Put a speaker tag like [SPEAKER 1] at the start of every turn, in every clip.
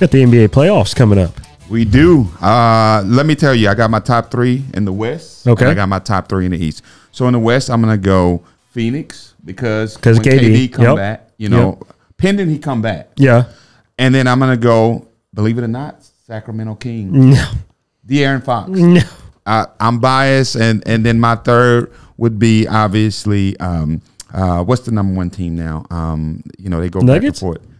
[SPEAKER 1] got the NBA playoffs coming up.
[SPEAKER 2] We do. Uh, let me tell you, I got my top three in the West.
[SPEAKER 1] Okay.
[SPEAKER 2] and I got my top three in the East. So in the West, I'm gonna go Phoenix because
[SPEAKER 1] 'Cause
[SPEAKER 2] when
[SPEAKER 1] KD,
[SPEAKER 2] KD come
[SPEAKER 1] yep.
[SPEAKER 2] back, you know, pending he come back,
[SPEAKER 1] Yeah.
[SPEAKER 2] and then I'm gonna go. Believe it or not, Sacramento Kings,
[SPEAKER 1] No.
[SPEAKER 2] De'Aaron Fox.
[SPEAKER 1] No.
[SPEAKER 2] I, I'm biased, and and then my third would be obviously um, uh, what's the number one team now? Um, you know they go
[SPEAKER 1] Nuggets?
[SPEAKER 2] back and forth.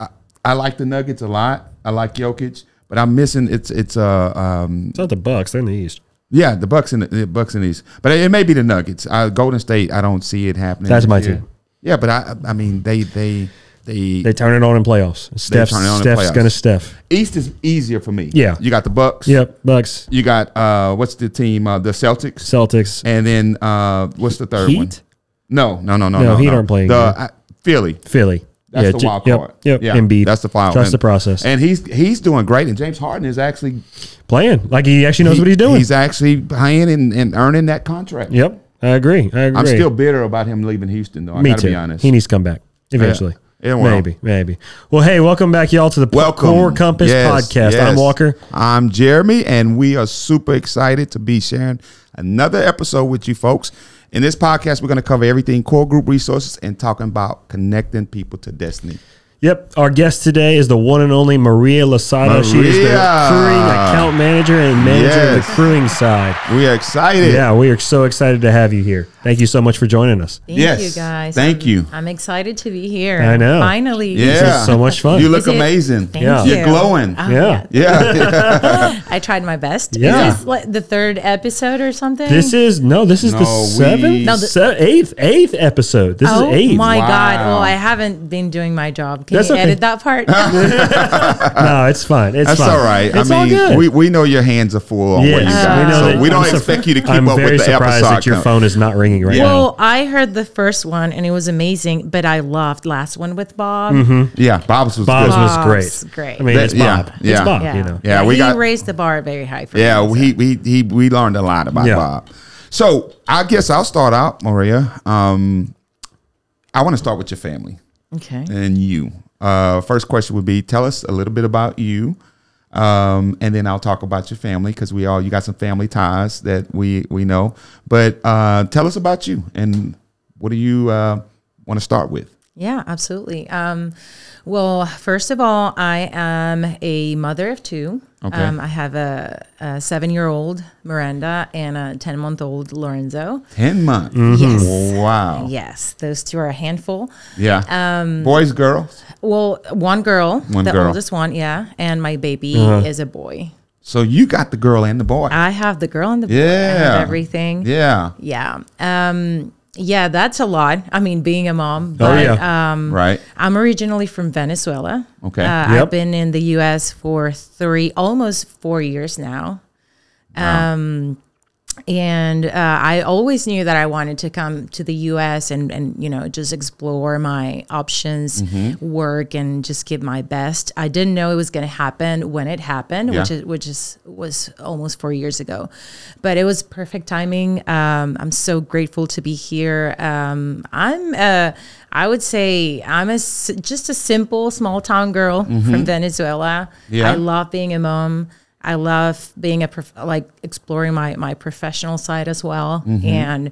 [SPEAKER 2] I, I like the Nuggets a lot. I like Jokic, but I'm missing it's it's uh um,
[SPEAKER 1] It's not the Bucks. They're in the East.
[SPEAKER 2] yeah the Bucks and the, the Bucks and these, but it, may be the Nuggets. Uh, Golden State, I don't see it happening.
[SPEAKER 1] That's
[SPEAKER 2] this
[SPEAKER 1] my
[SPEAKER 2] year.
[SPEAKER 1] team.
[SPEAKER 2] Yeah, but I I mean they they they,
[SPEAKER 1] They turn it on in playoffs. Steph's,
[SPEAKER 2] turn it on in
[SPEAKER 1] Steph's
[SPEAKER 2] playoffs.
[SPEAKER 1] gonna Steph.
[SPEAKER 2] East is easier for me.
[SPEAKER 1] Yeah.
[SPEAKER 2] you got the Bucks.
[SPEAKER 1] Yep. Bucks,
[SPEAKER 2] you got uh what's the team? Uh, the Celtics.
[SPEAKER 1] Celtics,
[SPEAKER 2] And then uh, what's the third one?
[SPEAKER 1] Heat,
[SPEAKER 2] No, no, no, no,
[SPEAKER 1] No,
[SPEAKER 2] no.
[SPEAKER 1] Heat
[SPEAKER 2] no.
[SPEAKER 1] aren't playing
[SPEAKER 2] The
[SPEAKER 1] yet.
[SPEAKER 2] I, Philly.
[SPEAKER 1] Philly.
[SPEAKER 2] That's
[SPEAKER 1] yeah,
[SPEAKER 2] the
[SPEAKER 1] J-
[SPEAKER 2] wild
[SPEAKER 1] yep,
[SPEAKER 2] card.
[SPEAKER 1] Yep.
[SPEAKER 2] Yeah,
[SPEAKER 1] Embiid.
[SPEAKER 2] That's the wild.
[SPEAKER 1] Trust
[SPEAKER 2] and,
[SPEAKER 1] the process.
[SPEAKER 2] And he's he's doing great. And James Harden is actually
[SPEAKER 1] Playing like he actually knows
[SPEAKER 2] he-
[SPEAKER 1] what he's doing.
[SPEAKER 2] He's actually playing and, and earning that contract.
[SPEAKER 1] yep. I agree. I agree.
[SPEAKER 2] I'm still bitter about him leaving Houston though. I
[SPEAKER 1] Me
[SPEAKER 2] gotta
[SPEAKER 1] too.
[SPEAKER 2] be honest.
[SPEAKER 1] He needs to come back eventually.
[SPEAKER 2] Yeah, well.
[SPEAKER 1] maybe, maybe. Well, hey, welcome back, y'all, to the P-
[SPEAKER 2] Welcome.
[SPEAKER 1] Core Compass
[SPEAKER 2] Yes,
[SPEAKER 1] podcast.
[SPEAKER 2] yes.
[SPEAKER 1] I'm Walker.
[SPEAKER 2] I'm Jeremy, and we are super excited to be sharing another episode with you folks. In this podcast, we're going to cover everything core group resources and talking about connecting people to destiny.
[SPEAKER 1] Yep, our guest today is the one and only Maria Lasada. She is the
[SPEAKER 2] Maria.
[SPEAKER 1] crewing account manager and manager of
[SPEAKER 2] Yes.
[SPEAKER 1] the crewing side.
[SPEAKER 2] We are excited.
[SPEAKER 1] Yeah, we are so excited to have you here. Thank you so much for joining us.
[SPEAKER 3] Thank you
[SPEAKER 2] Yes.
[SPEAKER 3] guys.
[SPEAKER 2] Thank
[SPEAKER 3] I'm-
[SPEAKER 2] you.
[SPEAKER 3] I'm excited to be here.
[SPEAKER 1] I know.
[SPEAKER 3] Finally.
[SPEAKER 2] Yeah.
[SPEAKER 1] This is so much fun.
[SPEAKER 2] You look
[SPEAKER 3] Is it-
[SPEAKER 2] amazing.
[SPEAKER 3] Thank
[SPEAKER 1] Yeah.
[SPEAKER 3] you.
[SPEAKER 2] You're glowing.
[SPEAKER 3] Oh,
[SPEAKER 1] Yeah.
[SPEAKER 2] Yeah.
[SPEAKER 3] I tried my best.
[SPEAKER 1] Yeah.
[SPEAKER 3] Is this like the third episode or something?
[SPEAKER 1] This is no, this is the
[SPEAKER 2] No, we-
[SPEAKER 1] seventh,
[SPEAKER 2] No,
[SPEAKER 3] the-
[SPEAKER 1] se- eighth, eighth episode. This
[SPEAKER 3] Oh
[SPEAKER 1] is eighth.
[SPEAKER 3] my
[SPEAKER 2] Wow.
[SPEAKER 3] God. Well, I haven't been doing my job. Can
[SPEAKER 1] That's
[SPEAKER 3] you
[SPEAKER 1] okay.
[SPEAKER 3] edit that part?
[SPEAKER 1] No, it's fine. It's
[SPEAKER 2] That's
[SPEAKER 1] fine.
[SPEAKER 2] all right.
[SPEAKER 1] It's
[SPEAKER 2] I
[SPEAKER 1] all
[SPEAKER 2] mean,
[SPEAKER 1] good.
[SPEAKER 2] we, we know your hands are full on what you
[SPEAKER 1] Yes,
[SPEAKER 2] got.
[SPEAKER 1] we know
[SPEAKER 2] so
[SPEAKER 1] that-
[SPEAKER 2] we don't
[SPEAKER 1] I'm sur-
[SPEAKER 2] expect you to keep
[SPEAKER 1] I'm
[SPEAKER 2] up
[SPEAKER 1] very
[SPEAKER 2] with the
[SPEAKER 1] surprised
[SPEAKER 2] episode.
[SPEAKER 1] that your
[SPEAKER 2] count.
[SPEAKER 1] phone is not ringing right
[SPEAKER 2] Yeah.
[SPEAKER 1] now.
[SPEAKER 3] Well, I heard the first one and it was amazing, but I loved last one with Bob.
[SPEAKER 1] Mm-hmm.
[SPEAKER 2] Yeah, Bob's was
[SPEAKER 1] Bob's
[SPEAKER 2] good.
[SPEAKER 1] was
[SPEAKER 3] Bob's
[SPEAKER 1] great.
[SPEAKER 3] great.
[SPEAKER 1] I mean,
[SPEAKER 2] That-
[SPEAKER 1] it's
[SPEAKER 2] yeah,
[SPEAKER 1] Bob. It's
[SPEAKER 2] yeah.
[SPEAKER 1] Bob.
[SPEAKER 3] Yeah.
[SPEAKER 1] You know.
[SPEAKER 2] Yeah, we
[SPEAKER 3] he
[SPEAKER 2] got-
[SPEAKER 3] raised the bar very high for
[SPEAKER 2] Yeah,
[SPEAKER 3] me.
[SPEAKER 2] we he, he we learned a lot about
[SPEAKER 1] Yeah.
[SPEAKER 2] Bob. So I guess I'll start out, Maria. Um, I want to start with your family
[SPEAKER 3] Okay.
[SPEAKER 2] and you. Uh, first question would be: Tell us a little bit about you, um, and then I'll talk about your family because we all you got some family ties that we we know. But uh, tell us about you and what do you uh, want to start with?
[SPEAKER 3] Yeah, absolutely. Um, well, first of all, I am a mother of two.
[SPEAKER 2] Okay.
[SPEAKER 3] Um, I have a, a seven year old Miranda and a 10 month old Lorenzo.
[SPEAKER 2] Ten months.
[SPEAKER 3] Mm-hmm. Yes.
[SPEAKER 2] Wow.
[SPEAKER 3] Yes, those two are a handful.
[SPEAKER 2] Yeah. Um, Boys, girls.
[SPEAKER 3] Well, one girl,
[SPEAKER 2] One
[SPEAKER 3] the
[SPEAKER 2] girl. Uh-huh.
[SPEAKER 3] oldest one, yeah, and my baby is a boy.
[SPEAKER 2] So you got the girl and the boy.
[SPEAKER 3] I have the girl and the boy. I
[SPEAKER 2] Yeah.
[SPEAKER 3] have everything.
[SPEAKER 2] yeah.
[SPEAKER 3] Yeah. Um, yeah, that's a lot. I mean, being a mom,
[SPEAKER 1] Oh
[SPEAKER 3] but uh,
[SPEAKER 1] yeah.
[SPEAKER 3] Um,
[SPEAKER 2] Right.
[SPEAKER 3] I'm originally from Venezuela.
[SPEAKER 2] Okay.
[SPEAKER 3] Uh,
[SPEAKER 1] Yep.
[SPEAKER 3] I've been in the U.S. for three, almost four years now. Um, and uh, I always knew that I wanted to come to the U.S. and and you know just explore my options,
[SPEAKER 2] Mm-hmm.
[SPEAKER 3] work, and just give my best. I didn't know it was going to happen when it happened, which
[SPEAKER 2] Yeah.
[SPEAKER 3] is which is was almost four years ago, but it was perfect timing. Um, I'm so grateful to be here. Um, I'm a, I would say I'm a s- just a simple small town girl from Venezuela.
[SPEAKER 2] Mm-hmm. Yeah.
[SPEAKER 3] I love being a mom. I love being a prof- like exploring my my professional side as well, and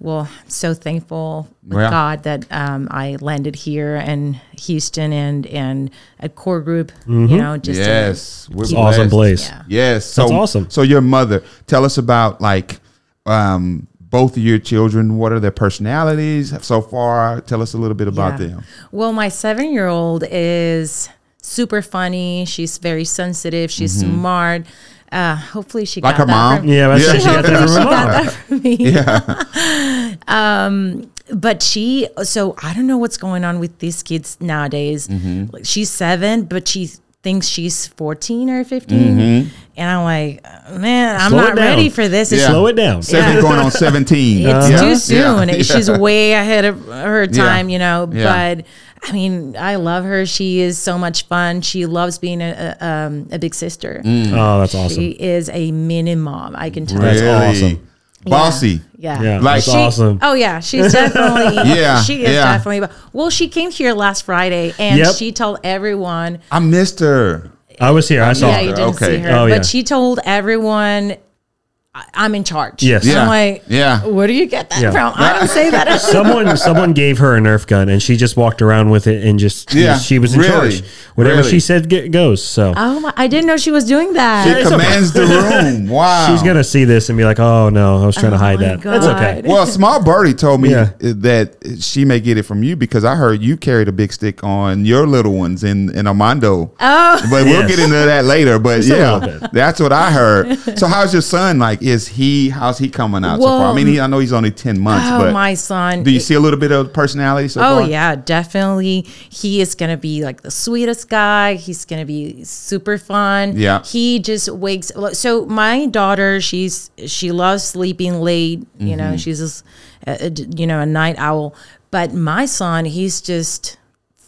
[SPEAKER 3] well, I'm so thankful with
[SPEAKER 2] Mm-hmm. Yeah.
[SPEAKER 3] God that um, I landed here in Houston and and at Core Group. You know, just to-
[SPEAKER 2] Mm-hmm. Yes. We're
[SPEAKER 1] awesome
[SPEAKER 2] blessed.
[SPEAKER 1] place.
[SPEAKER 3] Yeah.
[SPEAKER 2] Yes. So
[SPEAKER 1] That's awesome.
[SPEAKER 2] So your mother, tell us about like um both of your children. What are their personalities so far? Tell us a little bit about
[SPEAKER 3] Yeah.
[SPEAKER 2] them.
[SPEAKER 3] Well, my seven year old is super funny. She's very sensitive. She's smart. Uh, hopefully, she
[SPEAKER 2] Mm-hmm. Like
[SPEAKER 3] got
[SPEAKER 2] her
[SPEAKER 3] that
[SPEAKER 2] mom?
[SPEAKER 3] From,
[SPEAKER 1] Yeah, that's
[SPEAKER 2] Yeah.
[SPEAKER 1] yeah.
[SPEAKER 3] She
[SPEAKER 1] she got
[SPEAKER 3] hopefully
[SPEAKER 1] that
[SPEAKER 3] she
[SPEAKER 1] from her
[SPEAKER 3] got
[SPEAKER 1] mom.
[SPEAKER 3] that from me. um, but she, so I don't know what's going on with these kids nowadays.
[SPEAKER 2] Mm-hmm.
[SPEAKER 3] Like she's seven, but she thinks she's 14 or 15. And I'm like, man, I'm
[SPEAKER 1] Slow it
[SPEAKER 3] not
[SPEAKER 1] down.
[SPEAKER 3] ready for this. It's
[SPEAKER 2] Mm-hmm. Yeah.
[SPEAKER 1] Slow it down.
[SPEAKER 2] Seven going on seventeen.
[SPEAKER 3] it's
[SPEAKER 2] Yeah.
[SPEAKER 3] too
[SPEAKER 2] Yeah.
[SPEAKER 3] soon.
[SPEAKER 2] Yeah.
[SPEAKER 3] She's way ahead of her
[SPEAKER 2] Yeah.
[SPEAKER 3] time, you know.
[SPEAKER 2] Yeah.
[SPEAKER 3] But I mean, I love her. She is so much fun. She loves being a a, um, a big sister.
[SPEAKER 2] Mm.
[SPEAKER 1] Oh, that's awesome.
[SPEAKER 3] She is a mini mom. I can tell.
[SPEAKER 1] That's
[SPEAKER 2] Really?
[SPEAKER 1] awesome.
[SPEAKER 2] Bossy.
[SPEAKER 3] Yeah.
[SPEAKER 1] Yeah, that's
[SPEAKER 2] Like she-
[SPEAKER 1] awesome.
[SPEAKER 3] Oh yeah, she's definitely.
[SPEAKER 2] Yeah,
[SPEAKER 3] she is
[SPEAKER 2] yeah.
[SPEAKER 3] definitely. Well, she came here last Friday, and
[SPEAKER 1] Yep.
[SPEAKER 3] she told everyone
[SPEAKER 2] I missed her.
[SPEAKER 1] I was here. I saw.
[SPEAKER 3] yeah,
[SPEAKER 1] her.
[SPEAKER 3] you didn't
[SPEAKER 2] Okay.
[SPEAKER 3] see her.
[SPEAKER 1] Oh, yeah.
[SPEAKER 3] But she told everyone, I- I'm in charge.
[SPEAKER 1] Yes.
[SPEAKER 2] Yeah.
[SPEAKER 1] Yeah.
[SPEAKER 3] I'm like,
[SPEAKER 2] Yeah.
[SPEAKER 3] where do you get that
[SPEAKER 1] Yeah.
[SPEAKER 3] from? I don't say that.
[SPEAKER 1] Someone, someone gave her a Nerf gun, and she just walked around with it, and just
[SPEAKER 2] Yeah.
[SPEAKER 1] she was in
[SPEAKER 2] Really?
[SPEAKER 1] charge. Whatever
[SPEAKER 2] Really?
[SPEAKER 1] she said get, goes. So
[SPEAKER 3] oh, my, I didn't know she was doing that.
[SPEAKER 2] It
[SPEAKER 1] it's okay.
[SPEAKER 2] commands the room. Wow.
[SPEAKER 1] she's gonna see this and be like, "Oh no, I was trying to
[SPEAKER 3] Oh
[SPEAKER 1] hide
[SPEAKER 3] my
[SPEAKER 1] that." That's okay.
[SPEAKER 3] God.
[SPEAKER 2] Well, Small Birdie told me
[SPEAKER 1] Yeah.
[SPEAKER 2] that she may get it from you because I heard you carried a big stick on your little ones in, in Armando. Oh, but we'll
[SPEAKER 1] Yes.
[SPEAKER 2] get into that later. But
[SPEAKER 1] a little
[SPEAKER 2] yeah,
[SPEAKER 1] bit.
[SPEAKER 2] that's what I heard. So, how's your son? Like, is he? How's he coming out so far? I
[SPEAKER 3] Well,
[SPEAKER 2] mean, he, I know he's only ten months,
[SPEAKER 3] Oh,
[SPEAKER 2] but
[SPEAKER 3] my son.
[SPEAKER 2] do you see a little bit of personality so
[SPEAKER 3] Oh
[SPEAKER 2] far?
[SPEAKER 3] yeah, definitely. He is gonna be like the sweetest guy. He's gonna be super fun.
[SPEAKER 2] Yeah.
[SPEAKER 3] He just wakes. So my daughter, she's she loves sleeping late. You
[SPEAKER 2] Mm-hmm.
[SPEAKER 3] know, she's just, a, a- you know a night owl. But my son, he's just.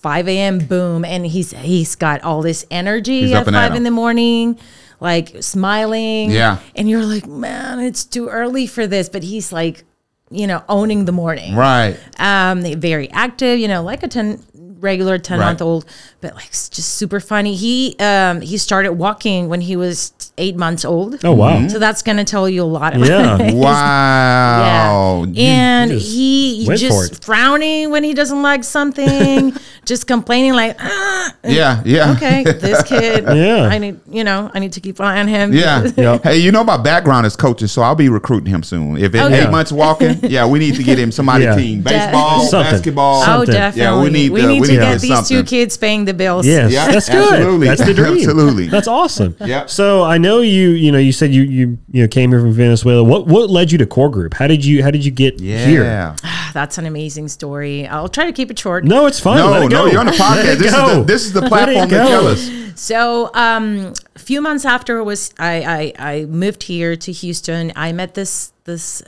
[SPEAKER 3] 5 a.m. boom, and he's he's got all this energy
[SPEAKER 2] He's up
[SPEAKER 3] at
[SPEAKER 2] and at
[SPEAKER 3] 5
[SPEAKER 2] 'em.
[SPEAKER 3] in the morning, like smiling.
[SPEAKER 2] Yeah.
[SPEAKER 3] And you're like, man, it's too early for this. But he's like, you know, owning the morning
[SPEAKER 2] Right.
[SPEAKER 3] um, they- very active, you know, like a 10 regular 10
[SPEAKER 2] Right.
[SPEAKER 3] month old, but like s- just super funny. He, um, he started walking when he was eight months old.
[SPEAKER 1] Oh wow.
[SPEAKER 3] So that's going to tell you a lot. About
[SPEAKER 1] Yeah.
[SPEAKER 2] Wow.
[SPEAKER 3] Yeah.
[SPEAKER 2] You-
[SPEAKER 3] And
[SPEAKER 1] you just
[SPEAKER 3] he
[SPEAKER 1] went for it.
[SPEAKER 3] just frowning when he doesn't like something, just complaining like, ah,
[SPEAKER 2] yeah. Yeah.
[SPEAKER 3] okay, this kid,
[SPEAKER 1] Yeah.
[SPEAKER 3] I need, you know, I need to keep an eye on him.
[SPEAKER 2] Yeah.
[SPEAKER 1] Yep.
[SPEAKER 2] Hey, you know my background is coaches, so I'll be recruiting him soon. If it's
[SPEAKER 3] Okay.
[SPEAKER 2] eight months walking, yeah, we need to get him somebody
[SPEAKER 1] Yeah.
[SPEAKER 2] team. Baseball,
[SPEAKER 1] Something.
[SPEAKER 2] basketball.
[SPEAKER 1] Something.
[SPEAKER 3] Oh, definitely.
[SPEAKER 2] Yeah, we need to- we need
[SPEAKER 3] get
[SPEAKER 2] to
[SPEAKER 3] these
[SPEAKER 2] something.
[SPEAKER 3] two kids paying the bills.
[SPEAKER 1] Yes,
[SPEAKER 2] Yeah,
[SPEAKER 1] that's good.
[SPEAKER 2] absolutely.
[SPEAKER 1] That's the dream.
[SPEAKER 2] Absolutely.
[SPEAKER 1] that's awesome.
[SPEAKER 2] Yeah.
[SPEAKER 1] So I know you. You know, you said you you you know came here from Venezuela. What what led you to Core Group? How did you how did you get
[SPEAKER 2] Yeah.
[SPEAKER 1] here?
[SPEAKER 3] Ah, That's an amazing story. I'll try to keep it short.
[SPEAKER 1] No, it's fine. Let
[SPEAKER 2] No,
[SPEAKER 1] it
[SPEAKER 2] no,
[SPEAKER 1] go.
[SPEAKER 2] you're on the
[SPEAKER 1] Let
[SPEAKER 2] podcast.
[SPEAKER 1] it
[SPEAKER 2] This is the,
[SPEAKER 1] go.
[SPEAKER 2] this is the
[SPEAKER 1] Let it
[SPEAKER 2] platform to
[SPEAKER 1] go.
[SPEAKER 2] tell us.
[SPEAKER 3] So, um, a few months after was I, I I moved here to Houston. I met this this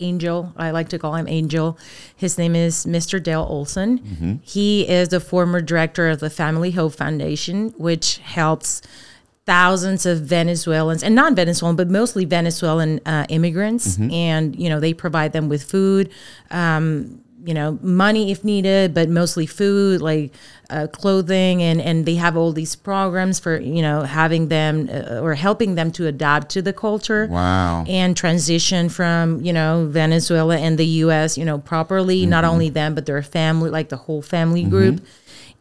[SPEAKER 3] angel. I like to call him Angel. His name is Mr. Dale Olson. He is the former director of the Family Hope Foundation, which helps thousands of Venezuelans and non-Venezuelan, but mostly Venezuelan uh, immigrants, and you know they provide them with food, um, you know money if needed but mostly food like uh, clothing and and they have all these programs for you know having them uh, or helping them to adapt to the culture
[SPEAKER 2] Wow.
[SPEAKER 3] and transition from you know Venezuela and the U.S. you know properly. Not only them, but their family, like the whole family group,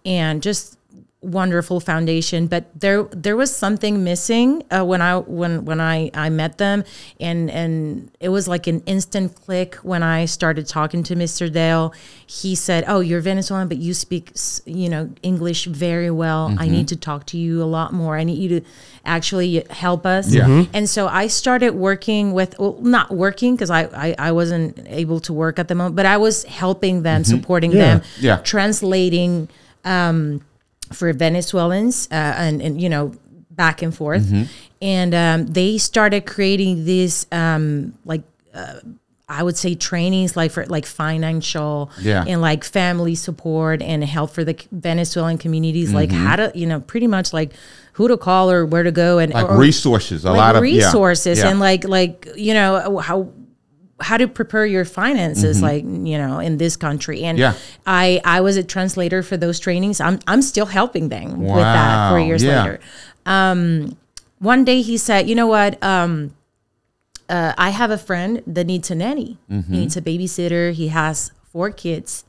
[SPEAKER 3] and just wonderful foundation. But there there was something missing uh, when I when when I I met them, and and it was like an instant click when I started talking to Mr. Dale. He said, "Oh, you're Venezuelan, but you speak s- you know English very well. I
[SPEAKER 2] Mm-hmm.
[SPEAKER 3] need to talk to you a lot more. I need you to actually help us."
[SPEAKER 2] Yeah. Mhm.
[SPEAKER 3] And so I started working with, well, not working because I, I, I wasn't able to work at the moment, but I was helping them, supporting them,
[SPEAKER 2] Mm-hmm. Yeah.
[SPEAKER 3] translating um, for Venezuelans uh, and, and, you know, back and forth.
[SPEAKER 2] Mm-hmm.
[SPEAKER 3] And um, they started creating these, um, like, I would say trainings like for like financial
[SPEAKER 2] Yeah.
[SPEAKER 3] and like family support and help for the Venezuelan communities, like
[SPEAKER 2] Mm-hmm.
[SPEAKER 3] how to you know pretty much like who to call or where to go and
[SPEAKER 2] Like
[SPEAKER 3] or-
[SPEAKER 2] resources, a
[SPEAKER 3] like
[SPEAKER 2] lot of yeah,
[SPEAKER 3] resources
[SPEAKER 2] yeah.
[SPEAKER 3] and like like you know how how to prepare your finances like you know in this country and
[SPEAKER 2] Mm-hmm. Yeah.
[SPEAKER 3] i i was a translator for those trainings i'm i'm still helping them with that four
[SPEAKER 2] Wow,
[SPEAKER 3] years
[SPEAKER 2] yeah.
[SPEAKER 3] later um one day he said you know what um uh, i have a friend that needs a nanny he needs a babysitter he has four kids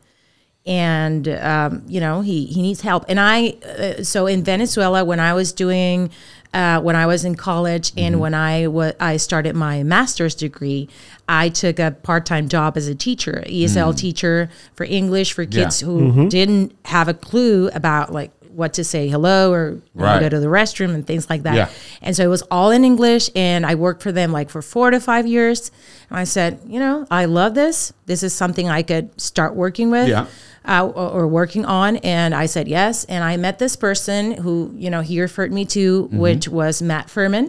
[SPEAKER 3] and um, you know he he needs help. And I uh, so in Venezuela when I was doing uh, when I was in college and when I wa I started my master's degree, I took a part time job as a teacher, ESL teacher for English for kids
[SPEAKER 2] Mm. Yeah.
[SPEAKER 3] who didn't have a clue about like what to say hello or how
[SPEAKER 2] Right.
[SPEAKER 3] to go to the restroom and things like that.
[SPEAKER 2] Yeah.
[SPEAKER 3] And so it was all in English. And I worked for them like for four to five years. And I said, you know, I love this. This is something I could start working with
[SPEAKER 2] Yeah.
[SPEAKER 3] uh, or, or working on. And I said yes. And I met this person who, you know, he referred me to,
[SPEAKER 2] Mm-hmm.
[SPEAKER 3] which was Matt Furman.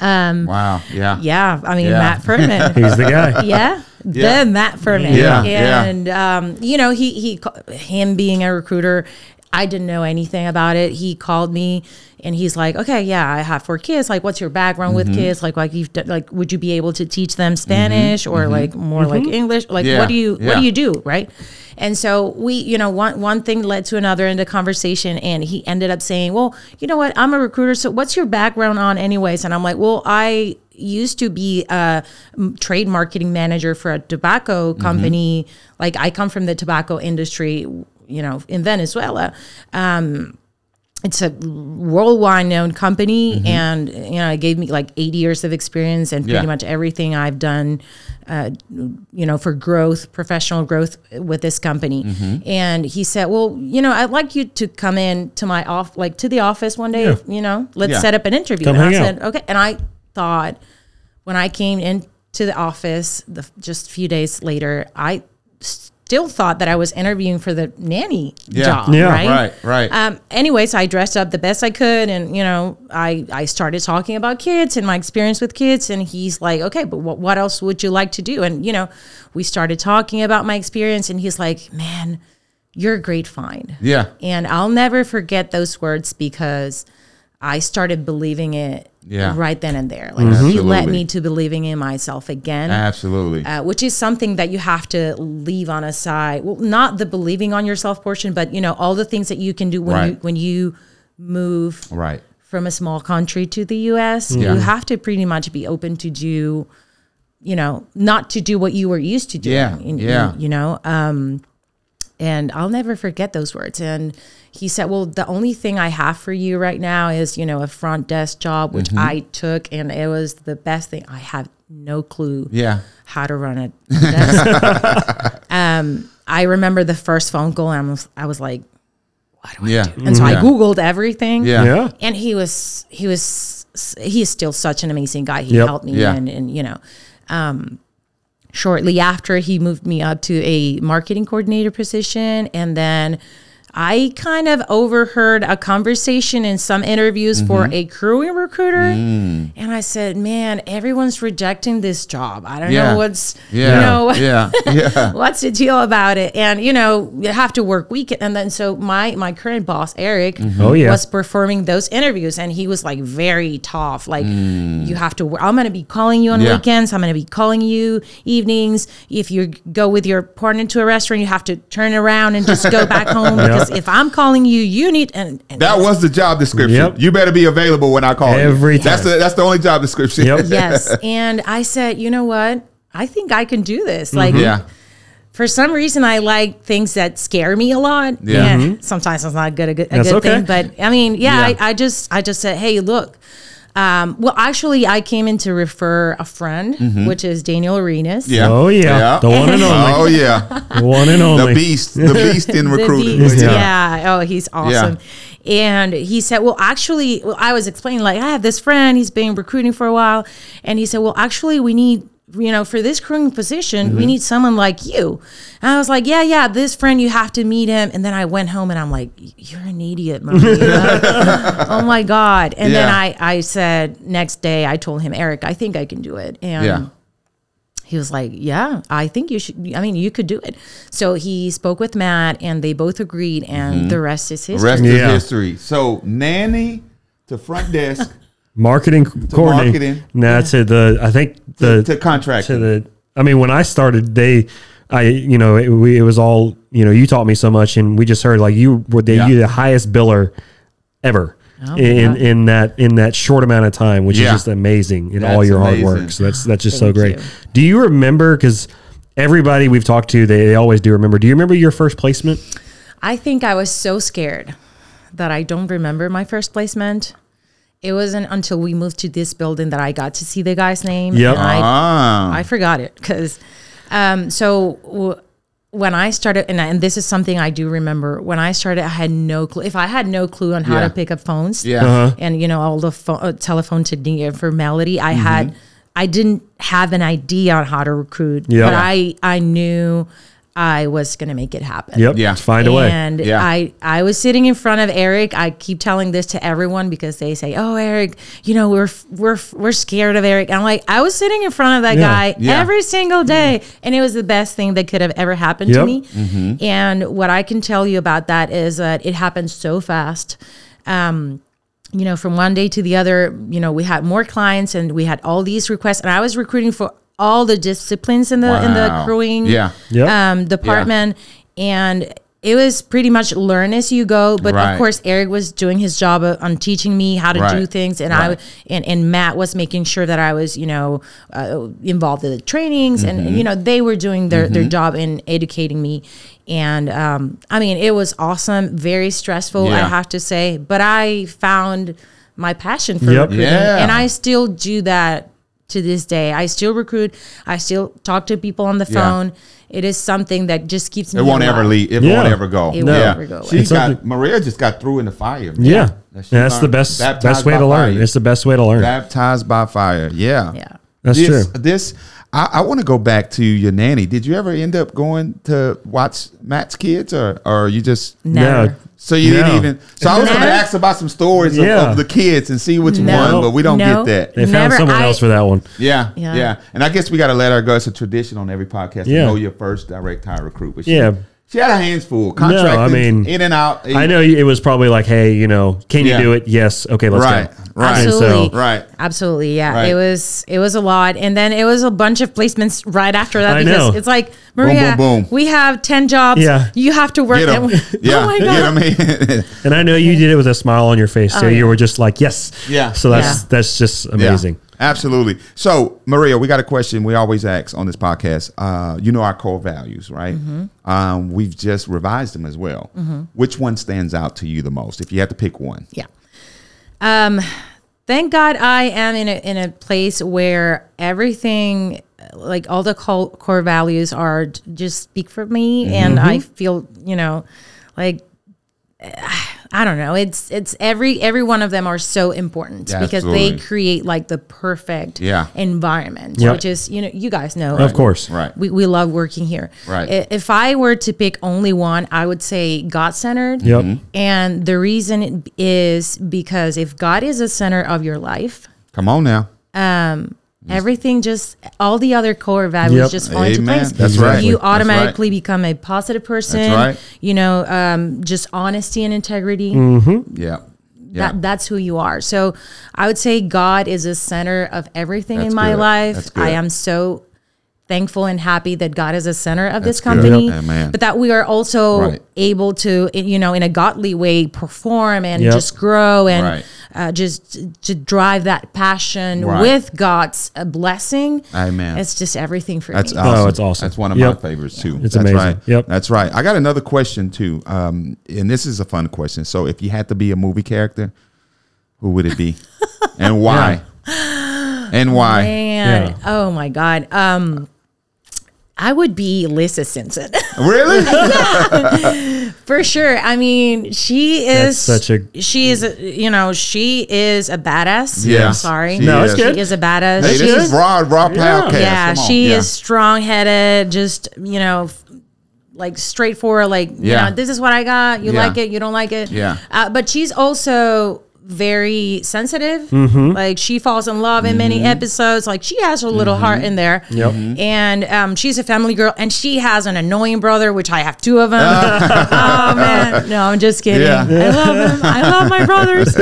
[SPEAKER 2] Wow. Yeah.
[SPEAKER 3] Yeah. I mean,
[SPEAKER 2] Mm-hmm. Yeah.
[SPEAKER 3] Matt Furman.
[SPEAKER 1] He's the guy.
[SPEAKER 3] yeah,
[SPEAKER 2] Yeah.
[SPEAKER 3] the Matt Furman.
[SPEAKER 2] Yeah, yeah.
[SPEAKER 3] and um, you know he he ca- him being a recruiter. I didn't know anything about it. He called me and he's like, "Okay, yeah, I have four kids. Like, what's your background
[SPEAKER 2] Mm-hmm.
[SPEAKER 3] with kids? Like, like you've done, like, would you be able to teach them Spanish
[SPEAKER 2] Mm-hmm.
[SPEAKER 3] or like more like English? Like,
[SPEAKER 2] Yeah,
[SPEAKER 3] what do you what
[SPEAKER 2] yeah.
[SPEAKER 3] do you do, right?" And so we, you know, one one thing led to another in the conversation, and he ended up saying, "Well, you know what? I'm a recruiter. So, what's your background on, anyways?" And I'm like, "Well, I." used to be a m- trade marketing manager for a tobacco
[SPEAKER 2] Mm-hmm.
[SPEAKER 3] company like i come from the tobacco industry you know in venezuela Um, it's a worldwide known company and you know it gave me like 80 years of experience and pretty
[SPEAKER 2] Mm-hmm. Yeah.
[SPEAKER 3] much everything i've done uh, you know for growth professional growth with this company
[SPEAKER 1] Mm-hmm.
[SPEAKER 3] and he said well you know i'd like you to come in to my off like to the office one day
[SPEAKER 1] Yeah.
[SPEAKER 3] you know let's
[SPEAKER 2] Yeah.
[SPEAKER 3] set up an interview
[SPEAKER 1] Come
[SPEAKER 3] and i
[SPEAKER 1] hang
[SPEAKER 3] said okay and i thought when i came into the office the, just a few days later i still thought that i was interviewing for the nanny
[SPEAKER 2] Yeah.
[SPEAKER 3] job
[SPEAKER 1] Yeah.
[SPEAKER 3] right
[SPEAKER 2] Right, right.
[SPEAKER 3] um, anyways, I dressed up the best I could, and you know, I I started talking about kids and my experience with kids, and he's like, okay, but what what else would you like to do? And you know, we started talking about my experience, and he's like, man, you're a great find,
[SPEAKER 2] yeah.
[SPEAKER 3] and I'll never forget those words because I started believing it
[SPEAKER 2] Yeah.
[SPEAKER 3] right then and there. Like he led
[SPEAKER 2] Absolutely.
[SPEAKER 3] me to believing in myself again
[SPEAKER 2] Absolutely.
[SPEAKER 3] uh, which is something that you have to leave on a side. Well, not the believing on yourself portion, but you know all the things that you can do when you
[SPEAKER 2] Right.
[SPEAKER 3] when you move
[SPEAKER 2] right.
[SPEAKER 3] from a small country to the U.S.
[SPEAKER 2] Yeah.
[SPEAKER 3] You have to pretty much be open to do, you know, not to do what you were used to doing.
[SPEAKER 2] Yeah,
[SPEAKER 3] in- in-
[SPEAKER 2] yeah.
[SPEAKER 3] you know, um, and I'll never forget those words. And he said, "Well, the only thing I have for you right now is you know a front desk job, which
[SPEAKER 2] Mm-hmm.
[SPEAKER 3] I took, and it was the best thing. I have no clue
[SPEAKER 2] Yeah.
[SPEAKER 3] how to run it. um, I remember the first phone call, and I was, I was like,
[SPEAKER 2] Yeah.
[SPEAKER 3] and so I
[SPEAKER 2] Mm. Yeah.
[SPEAKER 3] googled everything.
[SPEAKER 2] Yeah.
[SPEAKER 1] Yeah.
[SPEAKER 3] and he was, he was, he is still such an amazing guy. He
[SPEAKER 1] Yep.
[SPEAKER 3] helped me,
[SPEAKER 2] Yeah.
[SPEAKER 3] and, and you know, um, shortly after he moved me up to a marketing coordinator position, and then. I kind of overheard a conversation in some interviews
[SPEAKER 2] Mm-hmm.
[SPEAKER 3] for a crewing recruiter,
[SPEAKER 2] Mm.
[SPEAKER 3] and I said, "Man, everyone's rejecting this job. I don't
[SPEAKER 2] Yeah.
[SPEAKER 3] know what's you
[SPEAKER 2] Yeah.
[SPEAKER 3] know
[SPEAKER 2] yeah. Yeah.
[SPEAKER 3] what's the deal about it and you know you have to work weekend and then so my my current boss eric
[SPEAKER 2] Mm-hmm.
[SPEAKER 1] Oh, yeah.
[SPEAKER 3] was performing those interviews and he was like very tough like you have to wor- i'm going to be calling you on
[SPEAKER 2] Mm. Yeah.
[SPEAKER 3] weekends i'm going to be calling you evenings if you go with your partner to a restaurant you have to turn around and just go back home because if i'm calling you you need and, and
[SPEAKER 2] That was the job description.
[SPEAKER 1] Yep.
[SPEAKER 2] You better be available when I call you.
[SPEAKER 1] Every
[SPEAKER 2] That's
[SPEAKER 1] time.
[SPEAKER 2] the that's the only job description.
[SPEAKER 1] Yep.
[SPEAKER 3] yes and i said you know what i think i can do this like
[SPEAKER 2] Mm-hmm.
[SPEAKER 1] Mm-hmm.
[SPEAKER 2] yeah.
[SPEAKER 3] for some reason I like things that scare me a lot.
[SPEAKER 2] Yeah.
[SPEAKER 3] And sometimes it's not good a good, a
[SPEAKER 1] That's
[SPEAKER 3] good
[SPEAKER 1] okay.
[SPEAKER 3] thing, but I mean, yeah,
[SPEAKER 2] Yeah.
[SPEAKER 3] I, I just I just said, hey, look. Um, well, actually, I came in to refer a friend, which is Daniel Arenas.
[SPEAKER 2] Yeah.
[SPEAKER 1] Oh yeah. The one and only.
[SPEAKER 2] Oh yeah.
[SPEAKER 1] The one and
[SPEAKER 2] The
[SPEAKER 1] only.
[SPEAKER 2] beast. The beast in
[SPEAKER 3] The
[SPEAKER 2] recruiting.
[SPEAKER 3] beast.
[SPEAKER 1] Yeah.
[SPEAKER 3] Yeah. Oh, he's awesome. And he said, Well, actually, well, I was explaining, like, I have this friend, he's been recruiting for a while. And he said, Well, actually, we need, you know, for this crewing position, we need someone like you. And I was like, Yeah, yeah, this friend, you have to meet him. And then I went home and I'm like, You're an idiot, mommy. You know? oh my God. And then
[SPEAKER 2] Yeah.
[SPEAKER 3] I, I said, Next day, I told him, Eric, I think I can do it. And
[SPEAKER 2] Yeah.
[SPEAKER 3] he was like, "Yeah, I think you should. I mean, you could do it." So he spoke with Matt, and they both agreed, and the rest is history.
[SPEAKER 2] Rest
[SPEAKER 1] Yeah.
[SPEAKER 2] is history. So nanny to front desk
[SPEAKER 1] Marketing coordinator.
[SPEAKER 2] marketing.
[SPEAKER 1] Nah, to the I think the
[SPEAKER 2] to contract.
[SPEAKER 1] to the I mean when I started they I you know it, we, it was all you know you taught me so much and we just heard like you were the,
[SPEAKER 2] Yeah.
[SPEAKER 1] you the highest biller ever
[SPEAKER 3] Oh my
[SPEAKER 1] in
[SPEAKER 3] God.
[SPEAKER 1] in that in that short amount of time which
[SPEAKER 2] Yeah.
[SPEAKER 1] is just amazing in all
[SPEAKER 2] That's
[SPEAKER 1] your hard
[SPEAKER 2] amazing.
[SPEAKER 1] work so that's that's just so
[SPEAKER 3] Thank
[SPEAKER 1] great
[SPEAKER 3] you.
[SPEAKER 1] do you remember cuz everybody we've talked to they, they always do remember do you remember your first placement
[SPEAKER 3] I think I was so scared that I don't remember my first placement. It wasn't until we moved to this building that I got to see the guy's name.
[SPEAKER 1] Yep.
[SPEAKER 3] and I
[SPEAKER 2] ah.
[SPEAKER 3] I forgot it because, um, so w- when I started, and, I, and this is something I do remember, when I started, I had no clue. If I had no clue on how
[SPEAKER 2] Yeah.
[SPEAKER 3] to pick up phones,
[SPEAKER 2] Yeah.
[SPEAKER 3] and you know all the pho- uh, telephone technique and formality,
[SPEAKER 2] Mm-hmm.
[SPEAKER 3] I had, I didn't have an idea on how to recruit,
[SPEAKER 1] Yeah.
[SPEAKER 3] but I I knew I was going to make it happen.
[SPEAKER 1] Yep.
[SPEAKER 2] Yeah.
[SPEAKER 1] Yeah. Find a way.
[SPEAKER 3] And
[SPEAKER 2] Yeah.
[SPEAKER 3] I, I was sitting in front of Eric. I keep telling this to everyone because they say, "Oh, Eric, you know we're we're we're scared of Eric." And I'm like, I was sitting in front of that
[SPEAKER 1] Yeah.
[SPEAKER 3] guy
[SPEAKER 2] Yeah. Mm-hmm.
[SPEAKER 3] every single day, and it was the best thing that could have ever happened to
[SPEAKER 1] Yep.
[SPEAKER 3] me.
[SPEAKER 2] Mm-hmm.
[SPEAKER 3] And what I can tell you about that is that it happened so fast. Um, you know, from one day to the other, you know, we had more clients and we had all these requests, and I was recruiting for all the disciplines in the in the
[SPEAKER 2] Wow.
[SPEAKER 3] crewing
[SPEAKER 2] Yeah.
[SPEAKER 1] Yep.
[SPEAKER 3] um, department, and it was pretty much learn as you go. But
[SPEAKER 2] Right.
[SPEAKER 3] of course, Eric was doing his job uh, on teaching me how to
[SPEAKER 2] Right.
[SPEAKER 3] do things, and
[SPEAKER 2] Right.
[SPEAKER 3] I and, and Matt was making sure that I was you know uh, involved in the trainings,
[SPEAKER 2] Mm-hmm.
[SPEAKER 3] and you know they were doing their their job in educating me. And um, I mean, it was awesome, very stressful,
[SPEAKER 2] Yeah.
[SPEAKER 3] I have to say, but I found my passion for
[SPEAKER 1] Yep.
[SPEAKER 3] recruiting,
[SPEAKER 2] Yeah.
[SPEAKER 3] and I still do that to this day. I still recruit. I still talk to people on the
[SPEAKER 2] Yeah.
[SPEAKER 3] phone. It is something that just keeps me.
[SPEAKER 2] It won't ever
[SPEAKER 3] alive.
[SPEAKER 2] leave. It
[SPEAKER 1] Yeah.
[SPEAKER 2] won't ever go.
[SPEAKER 3] It
[SPEAKER 2] yeah.
[SPEAKER 3] won't ever go
[SPEAKER 2] She
[SPEAKER 3] away.
[SPEAKER 1] It's
[SPEAKER 2] got
[SPEAKER 1] something-
[SPEAKER 2] Maria just got through in the fire. man.
[SPEAKER 1] yeah.
[SPEAKER 2] That she
[SPEAKER 1] That's the
[SPEAKER 2] learned.
[SPEAKER 1] best
[SPEAKER 2] Baptized
[SPEAKER 1] best way
[SPEAKER 2] by
[SPEAKER 1] to learn.
[SPEAKER 2] fire.
[SPEAKER 1] It's the best way to learn.
[SPEAKER 2] Baptized by fire. Yeah.
[SPEAKER 3] Yeah.
[SPEAKER 1] That's
[SPEAKER 2] this,
[SPEAKER 1] true.
[SPEAKER 2] This I, I want to go back to your nanny. Did you ever end up going to watch Matt's kids or or you just
[SPEAKER 1] Yeah.
[SPEAKER 3] Never.
[SPEAKER 2] so you didn't
[SPEAKER 1] No.
[SPEAKER 2] even so I was gonna
[SPEAKER 3] Never.
[SPEAKER 2] ask about some stories
[SPEAKER 1] Yeah.
[SPEAKER 2] of, of the kids and see which
[SPEAKER 3] No.
[SPEAKER 2] one, but we don't
[SPEAKER 3] No.
[SPEAKER 2] get that.
[SPEAKER 1] They found
[SPEAKER 3] Never-
[SPEAKER 1] someone
[SPEAKER 3] I-
[SPEAKER 1] else for that one.
[SPEAKER 2] Yeah, yeah,
[SPEAKER 3] Yeah.
[SPEAKER 2] And I guess we gotta let her go. It's a tradition on every podcast to
[SPEAKER 1] Yeah.
[SPEAKER 2] know your first direct hire recruit. But she,
[SPEAKER 1] Yeah.
[SPEAKER 2] she had her hands full. Contracting,
[SPEAKER 1] mean,
[SPEAKER 2] in and out.
[SPEAKER 1] I know it was probably like, hey, you know, can
[SPEAKER 2] Yeah.
[SPEAKER 1] you do it? Yes. Okay, let's
[SPEAKER 2] Right,
[SPEAKER 1] go.
[SPEAKER 2] right.
[SPEAKER 1] And
[SPEAKER 3] Absolutely.
[SPEAKER 2] Right.
[SPEAKER 3] Absolutely. Yeah.
[SPEAKER 2] Right.
[SPEAKER 3] It was it was a lot. And then it was a bunch of placements right after that
[SPEAKER 1] I
[SPEAKER 3] because
[SPEAKER 1] know.
[SPEAKER 3] it's like Maria,
[SPEAKER 2] boom, boom.
[SPEAKER 3] we have ten jobs.
[SPEAKER 1] Yeah.
[SPEAKER 3] You have to work
[SPEAKER 2] Get
[SPEAKER 3] them.
[SPEAKER 2] them. Yeah.
[SPEAKER 3] Oh my
[SPEAKER 2] you
[SPEAKER 3] god.
[SPEAKER 2] know what I mean?
[SPEAKER 1] And I know you did it with a smile on your face too.
[SPEAKER 3] Oh, yeah.
[SPEAKER 1] You were just like, yes.
[SPEAKER 2] Yeah.
[SPEAKER 1] So that's
[SPEAKER 3] Yeah.
[SPEAKER 1] that's just
[SPEAKER 2] Yeah,
[SPEAKER 1] amazing.
[SPEAKER 2] absolutely. So, Maria, we got a question we always ask on this podcast. Uh, you know our core values, right?
[SPEAKER 3] Mm-hmm.
[SPEAKER 2] Um, we've just revised them as well. Which one stands out to you the most? If you had to pick one,
[SPEAKER 3] Yeah. Um, thank God I am in a in a place where everything, like all the co- core values, are j- just speak for me, and I feel you know, like. I don't know. It's it's every every one of them are so important
[SPEAKER 2] Yeah,
[SPEAKER 3] because
[SPEAKER 2] absolutely.
[SPEAKER 3] they create like the perfect
[SPEAKER 2] Yeah.
[SPEAKER 3] environment,
[SPEAKER 1] Yep.
[SPEAKER 3] which is you know you guys know
[SPEAKER 1] Of course.
[SPEAKER 2] right?
[SPEAKER 3] we, we love working here.
[SPEAKER 2] Right.
[SPEAKER 3] I- If I were to pick only one, I would say God centered.
[SPEAKER 1] Yep.
[SPEAKER 2] Mm-hmm.
[SPEAKER 1] Mhm.
[SPEAKER 3] And the reason is because if God is the center of your life,
[SPEAKER 2] Come on now. Mm-hmm.
[SPEAKER 3] everything just all the other core values
[SPEAKER 1] Yep.
[SPEAKER 3] just fall into
[SPEAKER 2] Amen.
[SPEAKER 3] place.
[SPEAKER 2] That's right.
[SPEAKER 3] You
[SPEAKER 2] That's right.
[SPEAKER 3] automatically become a positive person.
[SPEAKER 2] right.
[SPEAKER 3] You know, um, just honesty and integrity.
[SPEAKER 2] Yeah, yeah.
[SPEAKER 3] That, that's who you are. So I would say God is the center of everything
[SPEAKER 2] That's
[SPEAKER 3] in my
[SPEAKER 2] good. That's
[SPEAKER 3] life.
[SPEAKER 2] good.
[SPEAKER 3] I am so thankful and happy that God is the center of this
[SPEAKER 2] good.
[SPEAKER 3] company,
[SPEAKER 2] Yep. Amen.
[SPEAKER 3] but that we are also
[SPEAKER 2] Right.
[SPEAKER 3] able to, you know, in a godly way, perform and
[SPEAKER 1] Yep.
[SPEAKER 3] just grow and
[SPEAKER 2] Right.
[SPEAKER 3] uh, just to drive that passion
[SPEAKER 2] Right.
[SPEAKER 3] with God's uh, blessing.
[SPEAKER 2] Amen.
[SPEAKER 3] It's just everything for
[SPEAKER 2] That's
[SPEAKER 3] me.
[SPEAKER 2] awesome.
[SPEAKER 1] Oh, it's awesome.
[SPEAKER 2] That's one of
[SPEAKER 1] Yep.
[SPEAKER 2] my favorites too.
[SPEAKER 1] It's
[SPEAKER 2] That's
[SPEAKER 1] amazing.
[SPEAKER 2] Right.
[SPEAKER 1] Yep.
[SPEAKER 2] That's right. I got another question too, um, and this is a fun question. So, if you had to be a movie character, who would it be, and why? And why?
[SPEAKER 3] And
[SPEAKER 1] Yeah.
[SPEAKER 3] oh my God. Um, I would be Lisa Simpson.
[SPEAKER 2] Really?
[SPEAKER 3] For sure. I mean, she
[SPEAKER 1] That's
[SPEAKER 3] is
[SPEAKER 1] such a-
[SPEAKER 3] She is, a, you know, she is a badass.
[SPEAKER 2] Yeah.
[SPEAKER 3] I'm sorry.
[SPEAKER 2] She No,
[SPEAKER 1] is. it's good.
[SPEAKER 3] She is a badass.
[SPEAKER 2] Hey,
[SPEAKER 3] She-
[SPEAKER 2] this is
[SPEAKER 1] is.
[SPEAKER 2] raw, raw podcast.
[SPEAKER 3] yeah,
[SPEAKER 2] Come on.
[SPEAKER 3] she
[SPEAKER 2] Yeah.
[SPEAKER 3] is strong headed, just, you know, f- like straightforward, like,
[SPEAKER 2] Yeah.
[SPEAKER 3] you know, this is what I got. You
[SPEAKER 2] Yeah.
[SPEAKER 3] like it, you don't like it.
[SPEAKER 2] Yeah.
[SPEAKER 3] Uh, but she's also very sensitive.
[SPEAKER 2] Mm-hmm.
[SPEAKER 3] Like, she falls in love in many episodes. Like, she has her little
[SPEAKER 2] Mm-hmm.
[SPEAKER 3] heart in there.
[SPEAKER 1] Yep. Mhm.
[SPEAKER 3] And um, she's a family girl, and she has an annoying brother, which I have two of them. oh, man. No, I'm just kidding.
[SPEAKER 2] Yeah.
[SPEAKER 3] I love them. I love my brothers.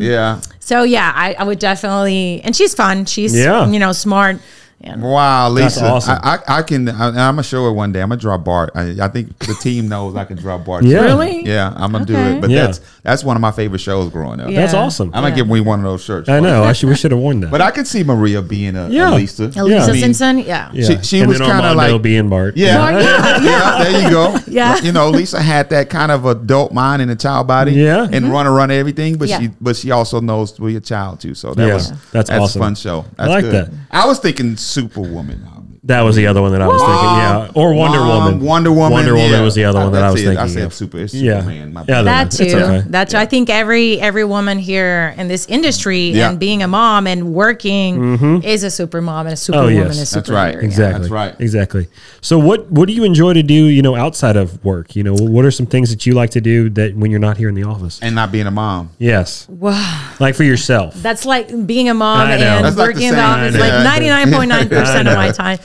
[SPEAKER 2] Yeah.
[SPEAKER 3] So yeah, I, I would definitely, and she's fun. She's
[SPEAKER 1] Yeah.
[SPEAKER 3] you know smart. And
[SPEAKER 2] Wow, Lisa.
[SPEAKER 1] That's awesome.
[SPEAKER 2] I, I, I can. I, I'm gonna show it one day. I'm gonna draw Bart. I, I think the team knows I can draw Bart.
[SPEAKER 1] Yeah.
[SPEAKER 3] Really?
[SPEAKER 2] Yeah, I'm gonna do
[SPEAKER 3] Okay.
[SPEAKER 2] it. But
[SPEAKER 1] Yeah.
[SPEAKER 2] that's that's one of my favorite shows growing up.
[SPEAKER 1] That's
[SPEAKER 3] Yeah.
[SPEAKER 1] awesome.
[SPEAKER 2] I'm gonna
[SPEAKER 3] Yeah.
[SPEAKER 2] give me one of those shirts.
[SPEAKER 1] I know. I should we should have worn that.
[SPEAKER 2] But I could see Maria being a, a
[SPEAKER 1] Yeah.
[SPEAKER 2] Lisa.
[SPEAKER 1] A
[SPEAKER 3] Lisa
[SPEAKER 1] I mean-
[SPEAKER 3] Simpson, yeah. Oh, yeah.
[SPEAKER 2] she- she
[SPEAKER 1] and
[SPEAKER 2] was
[SPEAKER 1] then
[SPEAKER 2] kinda
[SPEAKER 1] Armando
[SPEAKER 2] like-
[SPEAKER 1] being Bart.
[SPEAKER 2] Yeah.
[SPEAKER 3] Bart,
[SPEAKER 2] yeah. there you go.
[SPEAKER 3] Yeah.
[SPEAKER 2] You know, Lisa had that kind of adult mind in a child body.
[SPEAKER 1] Yeah.
[SPEAKER 2] And run around everything, but
[SPEAKER 3] Mm-hmm. Yeah.
[SPEAKER 2] she but she also knows we're a child too. So that
[SPEAKER 1] Yeah.
[SPEAKER 2] was
[SPEAKER 1] That's
[SPEAKER 2] a
[SPEAKER 1] awesome.
[SPEAKER 2] fun show. That's
[SPEAKER 1] like
[SPEAKER 2] good.
[SPEAKER 1] that.
[SPEAKER 2] I was thinking Superwoman.
[SPEAKER 1] That was the other one that I was thinking. Yeah, or Wonder
[SPEAKER 2] Mom,
[SPEAKER 1] Woman.
[SPEAKER 2] Wonder Woman.
[SPEAKER 1] Wonder Woman
[SPEAKER 2] yeah.
[SPEAKER 1] was the other
[SPEAKER 2] Uh,
[SPEAKER 1] one that I
[SPEAKER 2] that's
[SPEAKER 1] was
[SPEAKER 2] it.
[SPEAKER 1] thinking.
[SPEAKER 2] I said
[SPEAKER 1] of.
[SPEAKER 2] super, it's
[SPEAKER 1] Yeah.
[SPEAKER 2] Superman. My
[SPEAKER 1] Yeah,
[SPEAKER 2] bad.
[SPEAKER 1] that-
[SPEAKER 3] that
[SPEAKER 1] It's
[SPEAKER 3] too.
[SPEAKER 1] okay.
[SPEAKER 3] That too. I think every every woman here in this industry
[SPEAKER 2] Yeah.
[SPEAKER 3] and being a mom and working is a super mom and a super
[SPEAKER 1] Mm-hmm. Oh,
[SPEAKER 3] woman
[SPEAKER 1] yes.
[SPEAKER 3] and a
[SPEAKER 1] That's
[SPEAKER 3] super
[SPEAKER 2] right.
[SPEAKER 1] Exactly.
[SPEAKER 2] That's right.
[SPEAKER 1] Exactly. So what what do you enjoy to do? You know, outside of work. You know, what are some things that you like to do that when you're not here in the office?
[SPEAKER 2] and not being a mom.
[SPEAKER 1] Yes,
[SPEAKER 3] Wow.
[SPEAKER 1] like for yourself.
[SPEAKER 3] That's like being a mom
[SPEAKER 1] I know.
[SPEAKER 3] and
[SPEAKER 1] That's
[SPEAKER 2] like the
[SPEAKER 3] working in
[SPEAKER 2] same.
[SPEAKER 3] the office,
[SPEAKER 1] I
[SPEAKER 3] like
[SPEAKER 2] know.
[SPEAKER 3] 99.9% of my time.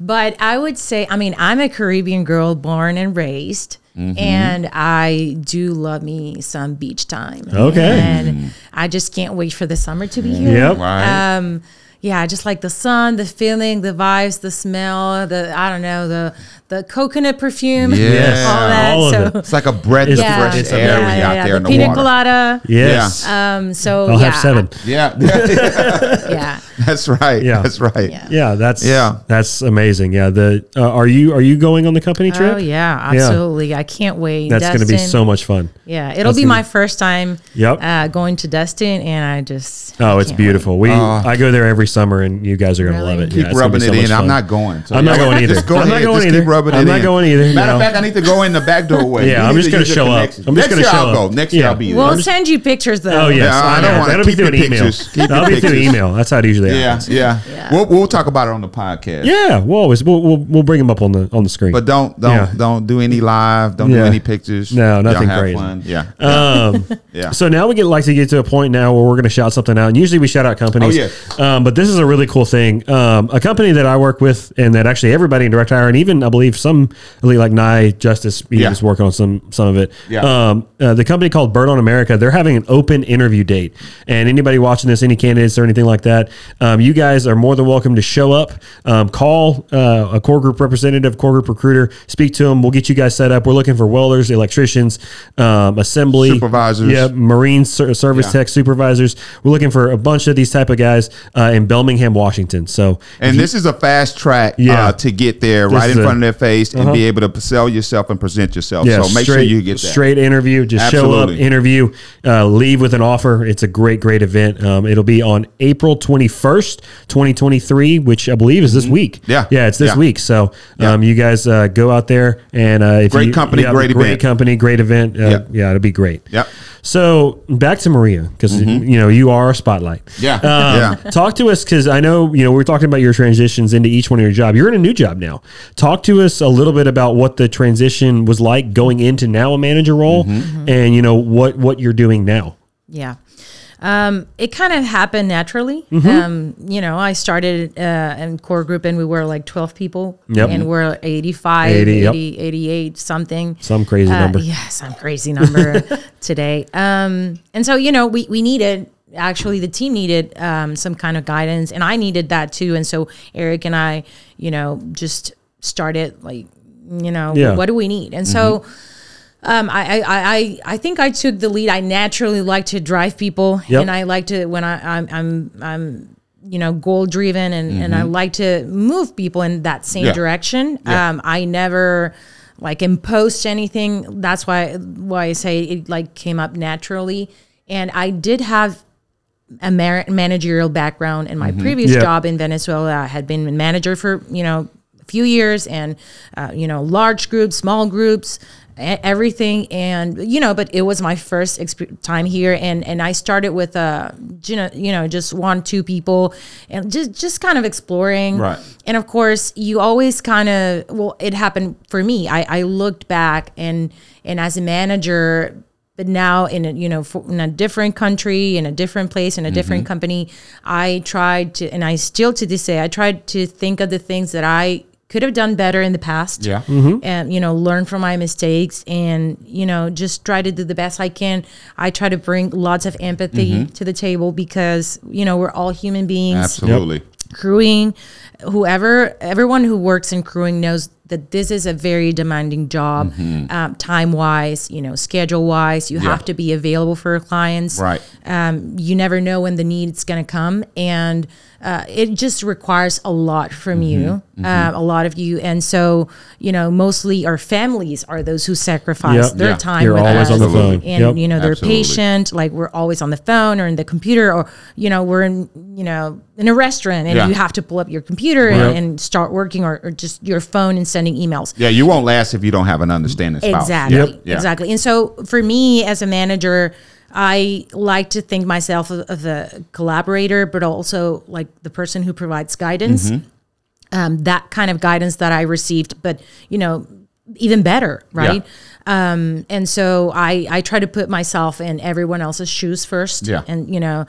[SPEAKER 3] But I would say, I mean, I'm a Caribbean girl born and raised,
[SPEAKER 1] Mm-hmm.
[SPEAKER 3] and I do love me some beach time.
[SPEAKER 1] Okay.
[SPEAKER 3] And I just can't wait for the summer to be here.
[SPEAKER 1] Yep.
[SPEAKER 2] Right.
[SPEAKER 3] Um, yeah, I just like the sun, the feeling, the vibes, the smell, the I don't know, the the coconut perfume,
[SPEAKER 2] Yes.
[SPEAKER 3] all that.
[SPEAKER 1] All of
[SPEAKER 3] so
[SPEAKER 1] it.
[SPEAKER 2] It's like a breath of
[SPEAKER 1] Yeah.
[SPEAKER 2] fresh
[SPEAKER 1] It's
[SPEAKER 2] air
[SPEAKER 1] amazing.
[SPEAKER 2] when you're out there in
[SPEAKER 3] the
[SPEAKER 2] the
[SPEAKER 3] pina
[SPEAKER 2] water.
[SPEAKER 3] colada.
[SPEAKER 1] Yes.
[SPEAKER 3] Um, so
[SPEAKER 1] I'll
[SPEAKER 3] yeah,
[SPEAKER 1] have seven.
[SPEAKER 2] Yeah, yeah.
[SPEAKER 3] Yeah.
[SPEAKER 2] that's right.
[SPEAKER 1] Yeah.
[SPEAKER 2] That's right.
[SPEAKER 3] Yeah.
[SPEAKER 1] Yeah, that's
[SPEAKER 2] Yeah.
[SPEAKER 1] that's amazing. Yeah, the uh, are you are you going on the company trip?
[SPEAKER 3] Oh yeah, absolutely. I can't wait.
[SPEAKER 1] that's going to be so much fun.
[SPEAKER 3] Yeah, it'll be
[SPEAKER 1] gonna
[SPEAKER 3] my first time.
[SPEAKER 1] Yep.
[SPEAKER 3] Uh, going to Destin, and I just
[SPEAKER 1] Oh,
[SPEAKER 3] I
[SPEAKER 1] it's
[SPEAKER 3] can't
[SPEAKER 1] beautiful. We
[SPEAKER 2] Oh.
[SPEAKER 1] I go there every summer, and you guys are going to
[SPEAKER 3] Really?
[SPEAKER 1] love it.
[SPEAKER 2] Keep
[SPEAKER 1] Yeah, it's gonna
[SPEAKER 2] rubbing
[SPEAKER 1] be so
[SPEAKER 2] it in.
[SPEAKER 1] much
[SPEAKER 2] I'm
[SPEAKER 1] fun.
[SPEAKER 2] not going. So
[SPEAKER 1] I'm not
[SPEAKER 2] y'all
[SPEAKER 1] going either.
[SPEAKER 2] Just go
[SPEAKER 1] I'm not
[SPEAKER 2] ahead.
[SPEAKER 1] going
[SPEAKER 2] just
[SPEAKER 1] either.
[SPEAKER 2] Keep rubbing
[SPEAKER 1] I'm
[SPEAKER 2] it
[SPEAKER 1] not
[SPEAKER 2] in.
[SPEAKER 1] going either,
[SPEAKER 2] Matter of
[SPEAKER 1] no.
[SPEAKER 2] fact, I need to go in the back doorway.
[SPEAKER 1] Yeah,
[SPEAKER 2] You
[SPEAKER 1] I'm
[SPEAKER 2] need
[SPEAKER 1] just
[SPEAKER 2] to
[SPEAKER 1] gonna
[SPEAKER 2] use your
[SPEAKER 1] show up.
[SPEAKER 2] connections.
[SPEAKER 1] I'm just
[SPEAKER 2] Next
[SPEAKER 1] gonna
[SPEAKER 2] year
[SPEAKER 1] show
[SPEAKER 2] I'll
[SPEAKER 1] up.
[SPEAKER 2] go. Next
[SPEAKER 1] Yeah.
[SPEAKER 2] year I'll be
[SPEAKER 3] Wait.
[SPEAKER 2] there.
[SPEAKER 3] We'll
[SPEAKER 2] I'm just-
[SPEAKER 3] send you pictures though.
[SPEAKER 1] Oh yes,
[SPEAKER 2] Yeah, I
[SPEAKER 1] I
[SPEAKER 2] don't
[SPEAKER 1] know.
[SPEAKER 2] wanna
[SPEAKER 1] That'll be
[SPEAKER 2] keep
[SPEAKER 1] through
[SPEAKER 2] your
[SPEAKER 1] an
[SPEAKER 2] pictures.
[SPEAKER 1] email.
[SPEAKER 2] Keep your
[SPEAKER 1] That'll be through
[SPEAKER 2] pictures.
[SPEAKER 1] email. That's how it usually
[SPEAKER 2] yeah,
[SPEAKER 1] happens.
[SPEAKER 2] yeah.
[SPEAKER 3] Yeah.
[SPEAKER 2] We'll we'll talk about it on the podcast.
[SPEAKER 1] Yeah, we'll always we'll we'll, we'll bring them up on the on the screen.
[SPEAKER 2] But don't don't
[SPEAKER 1] Yeah.
[SPEAKER 2] don't do any live. Don't do
[SPEAKER 1] Yeah.
[SPEAKER 2] any pictures.
[SPEAKER 1] No,
[SPEAKER 2] Y'all
[SPEAKER 1] nothing
[SPEAKER 2] have
[SPEAKER 1] crazy.
[SPEAKER 2] fun. Yeah.
[SPEAKER 1] um,
[SPEAKER 2] Yeah.
[SPEAKER 1] So now we get like to get to a point now where we're going to shout something out, and usually we shout out companies.
[SPEAKER 2] Oh,
[SPEAKER 1] Um, but this is a really cool thing. Um, a company that I work with, and that actually everybody in direct hire, and even I believe some like Nye Justice, he
[SPEAKER 2] Yeah.
[SPEAKER 1] was working on some some of it.
[SPEAKER 2] Yeah.
[SPEAKER 1] Um, uh, the company called Bird on America, they're having an open interview date, and anybody watching this, any candidates or anything like that, um, you guys are more than welcome to show up, um, call uh, a core group representative, core group recruiter, speak to them. We'll get you guys set up. We're looking for welders, electricians, um, assembly
[SPEAKER 2] Supervisers.
[SPEAKER 1] Yeah, Marine ser- service
[SPEAKER 2] Yeah.
[SPEAKER 1] tech supervisors. We're looking for a bunch of these type of guys uh, in Belmingham, Washington. So,
[SPEAKER 2] And this is a fast track
[SPEAKER 1] Yeah.
[SPEAKER 2] uh, to get there right
[SPEAKER 1] is
[SPEAKER 2] in front of
[SPEAKER 1] a- Uh-huh.
[SPEAKER 2] their face and be able to sell yourself and present yourself.
[SPEAKER 1] yeah,
[SPEAKER 2] so make sure you get that.
[SPEAKER 1] straight interview. Just show up,
[SPEAKER 2] Absolutely.
[SPEAKER 1] interview, uh, leave with an offer. It's a great, great event. Um, it'll be on April twenty first, twenty twenty three, which I believe is this week.
[SPEAKER 2] Mm-hmm. Yeah.
[SPEAKER 1] yeah, it's this
[SPEAKER 2] Yeah.
[SPEAKER 1] week. So, um, you guys uh, go out there and uh, if
[SPEAKER 2] Great
[SPEAKER 1] you-
[SPEAKER 2] company,
[SPEAKER 1] yeah,
[SPEAKER 2] great
[SPEAKER 1] great
[SPEAKER 2] event.
[SPEAKER 1] company, great event. Uh,
[SPEAKER 2] Yeah.
[SPEAKER 1] yeah, it'll be great.
[SPEAKER 2] Yep.
[SPEAKER 1] So back to Maria because you know you are a spotlight.
[SPEAKER 2] Mm-hmm. Yeah.
[SPEAKER 1] Um,
[SPEAKER 2] yeah.
[SPEAKER 1] Talk to us because I know you know we're talking about your transitions into each one of your job. You're in a new job now. Talk to us a little bit about what the transition was like going into now a manager role,
[SPEAKER 2] Mm-hmm.
[SPEAKER 3] Mm-hmm.
[SPEAKER 1] and you know what what you're doing now.
[SPEAKER 3] Yeah. Um, it kind of happened naturally.
[SPEAKER 1] Mm-hmm.
[SPEAKER 3] Um, you know, I started uh, in core group and we were like 12 people
[SPEAKER 1] Yep.
[SPEAKER 3] and we're 85,
[SPEAKER 1] 80,
[SPEAKER 3] 80,
[SPEAKER 1] yep.
[SPEAKER 3] 88, something.
[SPEAKER 1] Some crazy number.
[SPEAKER 3] Uh, Yeah, some crazy number today. Um, and so, you know, we, we needed, actually, the team needed um, some kind of guidance and I needed that too. And so Eric and I, you know, just started like, you know,
[SPEAKER 1] Yeah. Mm-hmm.
[SPEAKER 3] what do we need? And so, um, I, I, I, I- I think I took the lead. I naturally like to drive people,
[SPEAKER 1] Yep.
[SPEAKER 3] and I like to when I, I'm, I'm, I'm, you know, goal driven, and, and I like to move people in that same
[SPEAKER 2] Mm-hmm. Yeah.
[SPEAKER 3] direction. Um, I never like imposed anything. That's why why I say it like came up naturally, and I did have a mar- managerial background in my previous
[SPEAKER 1] Yeah.
[SPEAKER 3] job in Venezuela. I had been a manager for you know a few years, and uh, you know large groups, small groups, e- everything, and you know. But it was my first exp- time here, and and I started with uh, you know you know just one two people, and just just kind of exploring,
[SPEAKER 2] Right.
[SPEAKER 3] and of course, you always kind of well, it happened for me. I, I looked back and and as a manager, but now in a you know for, in a different country, in a different place, in a different company, I tried to, and I still to this day, I tried to think of the things that I could have done better in the past
[SPEAKER 2] Yeah.
[SPEAKER 1] Mm-hmm.
[SPEAKER 3] and you know learn from my mistakes and you know just try to do the best i can i try to bring lots of empathy to the table because you know we're all human beings
[SPEAKER 2] Absolutely.
[SPEAKER 3] crewing whoever everyone who works in crewing knows that this is a very demanding job um, time wise you know schedule wise you have to be available for your clients
[SPEAKER 2] Right.
[SPEAKER 3] um, you never
[SPEAKER 1] Mm-hmm.
[SPEAKER 3] know when the need is going to come and uh, it just requires a lot from you um, a lot of you. And so, you know, mostly our families are those who sacrifice
[SPEAKER 1] Yep.
[SPEAKER 3] their
[SPEAKER 2] Yeah.
[SPEAKER 3] time
[SPEAKER 1] You're
[SPEAKER 3] with
[SPEAKER 1] always
[SPEAKER 3] us.
[SPEAKER 1] on the
[SPEAKER 2] Absolutely.
[SPEAKER 1] phone.
[SPEAKER 3] And,
[SPEAKER 1] Yep.
[SPEAKER 3] you know, they're
[SPEAKER 2] Absolutely.
[SPEAKER 3] patient. Like we're always on the phone or in the computer or, you know, we're in, you know, in a restaurant and
[SPEAKER 2] Yeah.
[SPEAKER 3] you have to pull up your computer
[SPEAKER 1] Yep.
[SPEAKER 3] and, and start working or, or just your phone and sending emails.
[SPEAKER 2] Yeah, you won't last if you don't have an understanding spouse.
[SPEAKER 3] Exactly.
[SPEAKER 2] Yeah,
[SPEAKER 1] Yep.
[SPEAKER 2] yeah.
[SPEAKER 3] Exactly. And so for me as a manager, I like to think myself of, of a collaborator, but also like the person who provides guidance.
[SPEAKER 2] Mm-hmm.
[SPEAKER 3] Um, that kind of guidance that I received, but you know, even better, right? Um, and so I I try to put myself in everyone else's shoes first.
[SPEAKER 2] Yeah.
[SPEAKER 3] And you know,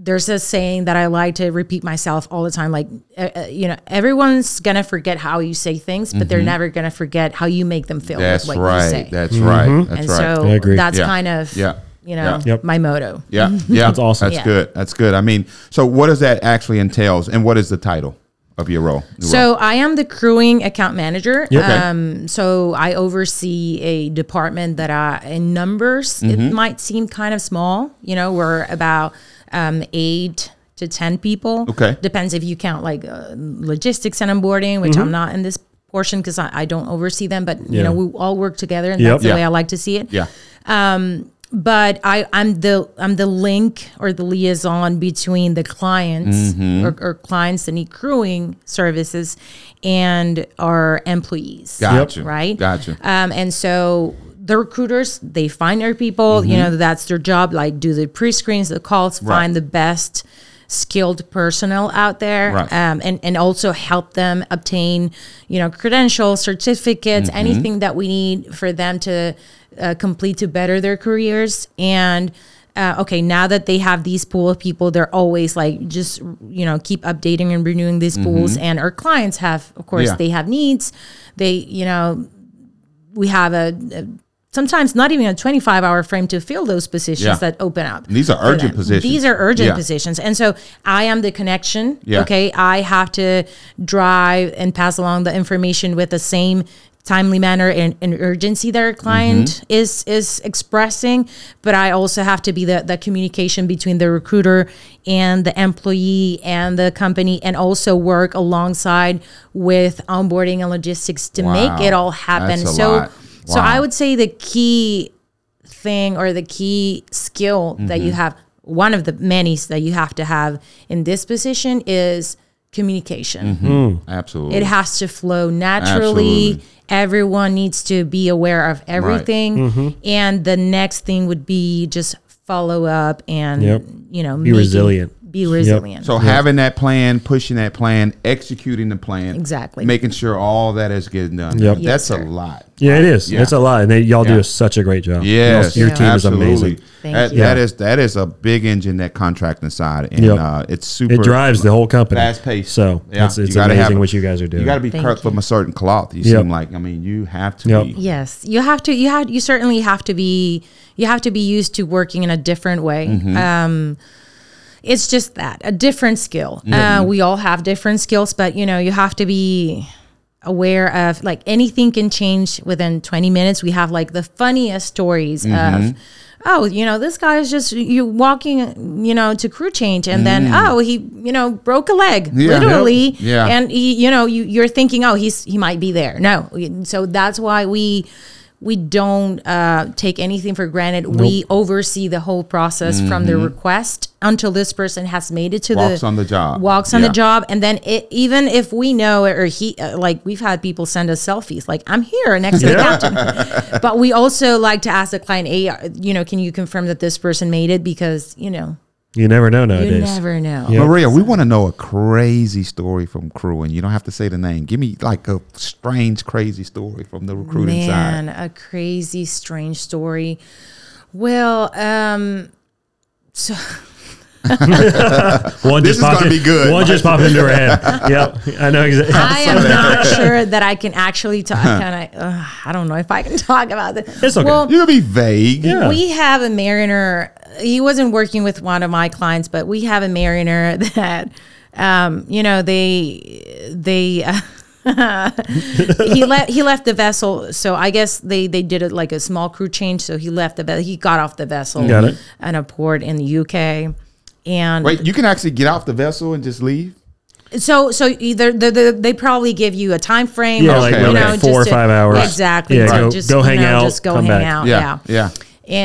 [SPEAKER 3] there's a saying that I like to repeat myself all the time. Like, uh, uh, you know, everyone's gonna forget how you say things, but they're never gonna forget how you make them feel.
[SPEAKER 2] Mm-hmm. That's
[SPEAKER 3] with what You say.
[SPEAKER 2] right. That's right.
[SPEAKER 1] Mm-hmm.
[SPEAKER 2] That's
[SPEAKER 3] and
[SPEAKER 2] right.
[SPEAKER 3] so
[SPEAKER 1] I agree.
[SPEAKER 3] that's
[SPEAKER 2] Yeah.
[SPEAKER 3] kind of
[SPEAKER 2] Yeah.
[SPEAKER 3] you know
[SPEAKER 2] Yeah.
[SPEAKER 1] Yep.
[SPEAKER 3] my motto.
[SPEAKER 2] yeah, yeah.
[SPEAKER 1] That's awesome.
[SPEAKER 2] That's
[SPEAKER 3] Yeah.
[SPEAKER 2] good. That's good. I mean, so what does that actually entails, and what is the title of your role? Your role?
[SPEAKER 3] So I am the crewing account manager.
[SPEAKER 2] Okay.
[SPEAKER 3] Um, so I oversee a department that I, in numbers, it might seem kind of small. You know, we're about um, eight to 10 people.
[SPEAKER 2] Okay.
[SPEAKER 3] Depends if you count like uh, logistics and onboarding, which I'm not in this portion because I, I don't oversee them, but you
[SPEAKER 1] Yeah.
[SPEAKER 3] know, we all work together and
[SPEAKER 1] Yep.
[SPEAKER 3] that's the
[SPEAKER 2] Yeah.
[SPEAKER 3] way I like to see it.
[SPEAKER 2] yeah,
[SPEAKER 3] But I, I'm the I'm the link or the liaison between the clients or, or clients that need crewing services and our employees.
[SPEAKER 2] gotcha.
[SPEAKER 3] Right.
[SPEAKER 2] Gotcha.
[SPEAKER 3] Um, and so the recruiters they find their people. You know that's their job. Like do the pre screens, the calls,
[SPEAKER 2] Mm-hmm. Right.
[SPEAKER 3] find the best skilled personnel out there,
[SPEAKER 2] Right.
[SPEAKER 3] um, and and also help them obtain you know credentials, certificates,
[SPEAKER 2] Mm-hmm.
[SPEAKER 3] anything that we need for them to uh, complete to better their careers and. Uh, okay, now that they have these pool of people, they're always like just you know keep updating and renewing these pools.
[SPEAKER 2] Mm-hmm.
[SPEAKER 3] And our clients have, of course,
[SPEAKER 2] Yeah.
[SPEAKER 3] they have needs. They you know we have a, a- sometimes not even a 25 hour frame to fill those positions
[SPEAKER 2] Yeah.
[SPEAKER 3] that open up.
[SPEAKER 2] These are
[SPEAKER 3] for
[SPEAKER 2] urgent
[SPEAKER 3] them.
[SPEAKER 2] positions.
[SPEAKER 3] These are urgent
[SPEAKER 2] Yeah.
[SPEAKER 3] positions. And so I am the connection.
[SPEAKER 2] Yeah.
[SPEAKER 3] Okay. I have to drive and pass along the information with the same timely manner and, and urgency that our client is is expressing but i also have to be the, the communication between the recruiter and the employee and the company and also work alongside with onboarding and logistics to make it
[SPEAKER 2] Wow.
[SPEAKER 3] all happen
[SPEAKER 2] That's a
[SPEAKER 3] so
[SPEAKER 2] lot.
[SPEAKER 3] so i
[SPEAKER 2] Wow.
[SPEAKER 3] would say the key thing or the key skill that
[SPEAKER 2] Mm-hmm.
[SPEAKER 3] you have one of the many that you have to have in this position is communication
[SPEAKER 2] Absolutely.
[SPEAKER 3] it has to flow naturally.
[SPEAKER 2] Mm-hmm. Absolutely.
[SPEAKER 3] Everyone needs to be aware of everything.
[SPEAKER 1] Mm-hmm.
[SPEAKER 3] And the next thing would be just follow up and,
[SPEAKER 1] Yep.
[SPEAKER 3] you know, making-
[SPEAKER 1] resilient.
[SPEAKER 3] Be resilient.
[SPEAKER 2] So having that plan, pushing that plan, executing the plan,
[SPEAKER 3] Exactly.
[SPEAKER 2] making sure all that is getting done.
[SPEAKER 1] Yep. Yes,
[SPEAKER 2] That's
[SPEAKER 3] sir.
[SPEAKER 2] a lot.
[SPEAKER 1] Yeah, it is.
[SPEAKER 2] Yeah.
[SPEAKER 1] It's a lot, and they, y'all
[SPEAKER 2] Yeah.
[SPEAKER 1] do such a great job.
[SPEAKER 2] Yes,
[SPEAKER 1] Y'all- your
[SPEAKER 3] Yeah.
[SPEAKER 1] team
[SPEAKER 2] absolutely.
[SPEAKER 1] is amazing.
[SPEAKER 3] Thank
[SPEAKER 2] that,
[SPEAKER 3] you.
[SPEAKER 2] that
[SPEAKER 1] Yeah.
[SPEAKER 2] is that is a big engine that contracting side, and
[SPEAKER 1] Yep.
[SPEAKER 2] uh, it's super.
[SPEAKER 1] It drives the whole company.
[SPEAKER 2] fast paced.
[SPEAKER 1] So
[SPEAKER 2] yeah.
[SPEAKER 1] it's, it's
[SPEAKER 2] You gotta
[SPEAKER 1] amazing
[SPEAKER 2] have-
[SPEAKER 1] what you guys are doing.
[SPEAKER 2] You got to be
[SPEAKER 3] Thank
[SPEAKER 2] cut
[SPEAKER 3] you.
[SPEAKER 2] from a certain cloth. You
[SPEAKER 1] Yep.
[SPEAKER 2] seem like I mean you have to
[SPEAKER 1] Yep.
[SPEAKER 2] be.
[SPEAKER 3] Yes, you have to. You have. You certainly have to be. You have to be used to working in a different way.
[SPEAKER 2] Mm-hmm.
[SPEAKER 3] Um, it's just that a different skill.
[SPEAKER 2] Mm-hmm.
[SPEAKER 3] Uh, we all have different skills, but you know, you have to be aware of like anything can change within 20 minutes. We have like the funniest stories of.
[SPEAKER 2] Mm-hmm.
[SPEAKER 3] Oh, you know, this guy is just you walking, you know, to crew change, and then oh, he, you know, broke a leg,
[SPEAKER 2] Mm. Yeah.
[SPEAKER 3] literally,
[SPEAKER 2] Yep. Yeah.
[SPEAKER 3] and he, you know, you, you're thinking, oh, he's he might be there. No, so that's why we we don't uh, take anything for granted. We oversee the whole process from the request until this person has made it to
[SPEAKER 2] Mm-hmm. Walks
[SPEAKER 3] the
[SPEAKER 2] on the job.
[SPEAKER 3] walks on
[SPEAKER 2] Yeah.
[SPEAKER 3] the job, and then it, even if we know or he uh, like we've had people send us selfies, like I'm here next to the captain, but we also like to ask the client, hey, uh, you know, can you confirm that this person made it because you know
[SPEAKER 1] you never know
[SPEAKER 3] you
[SPEAKER 1] nowadays.
[SPEAKER 3] never know.
[SPEAKER 2] Maria, we want to know a crazy story from crew, and you don't have to say the name. Give me like a strange, crazy story from the recruiting side.
[SPEAKER 3] Man, a crazy, strange story. Well, um,
[SPEAKER 1] One
[SPEAKER 2] This
[SPEAKER 1] just
[SPEAKER 2] is
[SPEAKER 1] popped
[SPEAKER 2] gonna
[SPEAKER 1] in-
[SPEAKER 2] be good.
[SPEAKER 1] One just popped into her head. Yep, I know exactly.
[SPEAKER 3] I am not sure that I can actually talk. Can I? Uh, I don't know if I can talk about this.
[SPEAKER 1] It's okay.
[SPEAKER 3] Well,
[SPEAKER 2] You're gonna be vague.
[SPEAKER 1] Yeah.
[SPEAKER 3] we have a mariner. He wasn't working with one of my clients, but we have a mariner that, um, you know, they they. Uh, he left. He left the vessel. So I guess they they did it like a small crew change. So he left the. ve- He got off the vessel.
[SPEAKER 1] Got it.
[SPEAKER 3] And a port in the UK. And
[SPEAKER 2] Wait, you can actually get off the vessel and just leave.
[SPEAKER 3] So, so either the, the, they probably give you a time frame,
[SPEAKER 1] Yeah,
[SPEAKER 3] or,
[SPEAKER 1] like,
[SPEAKER 3] you
[SPEAKER 2] okay,
[SPEAKER 3] know,
[SPEAKER 1] four or
[SPEAKER 3] just
[SPEAKER 1] five hours.
[SPEAKER 3] exactly.
[SPEAKER 1] Yeah, go-
[SPEAKER 3] to
[SPEAKER 1] go
[SPEAKER 3] you
[SPEAKER 1] hang
[SPEAKER 3] know,
[SPEAKER 1] out,
[SPEAKER 3] just go
[SPEAKER 1] come
[SPEAKER 3] hang
[SPEAKER 1] back.
[SPEAKER 3] out.
[SPEAKER 2] Yeah,
[SPEAKER 3] Uh, Yeah,
[SPEAKER 2] yeah.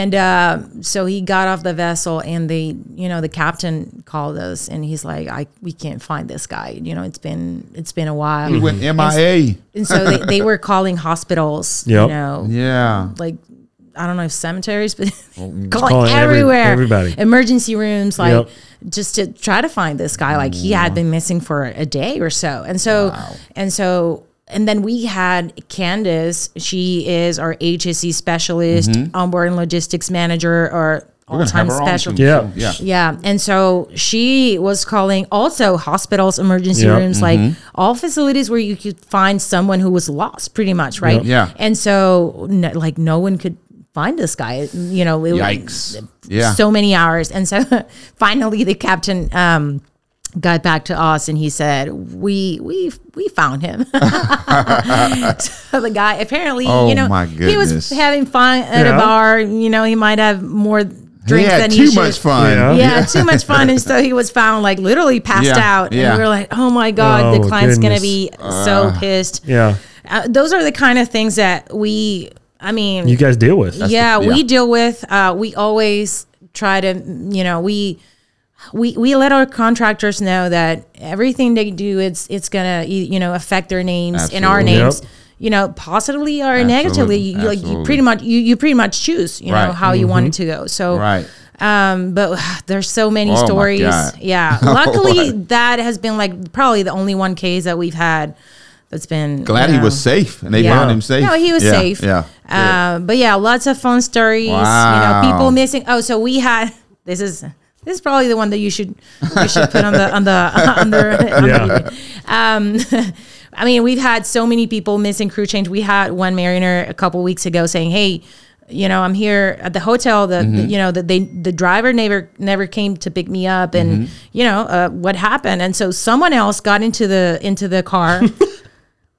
[SPEAKER 3] And uh, so he got off the vessel, and the you know the captain called us, and he's like, "I we can't find this guy. You know, it's been it's been a while."
[SPEAKER 2] He went MIA.
[SPEAKER 3] and so they, they were calling hospitals,
[SPEAKER 1] Yep.
[SPEAKER 3] you know,
[SPEAKER 2] Yeah.
[SPEAKER 3] like I don't know if cemeteries, but calling,
[SPEAKER 1] calling every-
[SPEAKER 3] everywhere,
[SPEAKER 1] everybody.
[SPEAKER 3] emergency rooms, like
[SPEAKER 1] Yep.
[SPEAKER 3] just to try to find this guy. Like he had been missing for a day or so, and so and so and then we had Candace. She is our HSE specialist, onboard and logistics manager, or
[SPEAKER 2] Mm-hmm. We're
[SPEAKER 3] all
[SPEAKER 2] gonna
[SPEAKER 3] time
[SPEAKER 2] have her on
[SPEAKER 3] special.
[SPEAKER 2] soon,
[SPEAKER 1] Yeah.
[SPEAKER 2] too. Yeah.
[SPEAKER 3] Yeah. And so she was calling also hospitals, emergency
[SPEAKER 1] Yeah.
[SPEAKER 3] rooms,
[SPEAKER 2] mm-hmm.
[SPEAKER 3] like all facilities where you could find someone who was lost, pretty much, right?
[SPEAKER 2] Yeah.
[SPEAKER 3] And so, no, like, no one could find this guy. You know, it,
[SPEAKER 2] Yikes. Yeah.
[SPEAKER 3] so many hours. And so finally the captain um got back to us and he said, We we we found him. so the guy apparently,
[SPEAKER 2] Oh,
[SPEAKER 3] you know,
[SPEAKER 2] my
[SPEAKER 3] he was
[SPEAKER 2] goodness.
[SPEAKER 3] having fun at
[SPEAKER 1] Yeah.
[SPEAKER 3] a bar, you know, he might have more
[SPEAKER 2] He
[SPEAKER 3] drinks
[SPEAKER 2] had
[SPEAKER 3] than he
[SPEAKER 2] too
[SPEAKER 3] should.
[SPEAKER 2] much fun.
[SPEAKER 1] Yeah.
[SPEAKER 3] Yeah, too much fun. And so he was found like literally passed
[SPEAKER 2] Oh, Yeah,
[SPEAKER 3] out.
[SPEAKER 2] yeah. Ah.
[SPEAKER 3] And we were like, oh my God,
[SPEAKER 1] Oh,
[SPEAKER 3] the client's going
[SPEAKER 1] goodness.
[SPEAKER 3] to be so pissed.
[SPEAKER 1] Yeah.
[SPEAKER 3] Uh, those are the kind of things that we, I mean,
[SPEAKER 1] You guys deal with.
[SPEAKER 3] yeah,
[SPEAKER 2] the- yeah.
[SPEAKER 3] we deal with, uh, we always try to, you know, we, we, we let our contractors know that everything they do it's it's gonna you know affect their names and our
[SPEAKER 2] Absolutely.
[SPEAKER 3] names
[SPEAKER 1] Yep.
[SPEAKER 3] you know positively or negatively
[SPEAKER 2] Absolutely,
[SPEAKER 3] you, like you
[SPEAKER 2] absolutely.
[SPEAKER 3] pretty much you, you pretty much choose you know
[SPEAKER 2] Right.
[SPEAKER 3] how
[SPEAKER 1] Mm-hmm.
[SPEAKER 3] you want it to go so
[SPEAKER 2] Right.
[SPEAKER 3] um, but there's so many
[SPEAKER 2] Oh, my
[SPEAKER 3] stories.
[SPEAKER 2] God.
[SPEAKER 3] Yeah. Luckily, that has been like probably the only one case that we've had that's been.
[SPEAKER 2] Glad
[SPEAKER 3] you
[SPEAKER 2] he
[SPEAKER 3] know.
[SPEAKER 2] was safe and they
[SPEAKER 3] Yeah.
[SPEAKER 2] found him safe.
[SPEAKER 3] No, he was
[SPEAKER 2] Yeah,
[SPEAKER 3] safe.
[SPEAKER 2] Yeah.
[SPEAKER 3] Uh, but yeah, lots of fun stories. You
[SPEAKER 2] Wow.
[SPEAKER 3] know, people missing. Oh, so we had this is this is probably the one that you should you should put on the on the on the. On
[SPEAKER 1] Yeah.
[SPEAKER 3] the um, I mean, we've had so many people missing crew change. We had one mariner a couple weeks ago saying, "Hey." You know, I'm here at the hotel. The, the- you know that they the driver never never came to pick me up, and you know uh, what happened. And so someone else got into the into the car,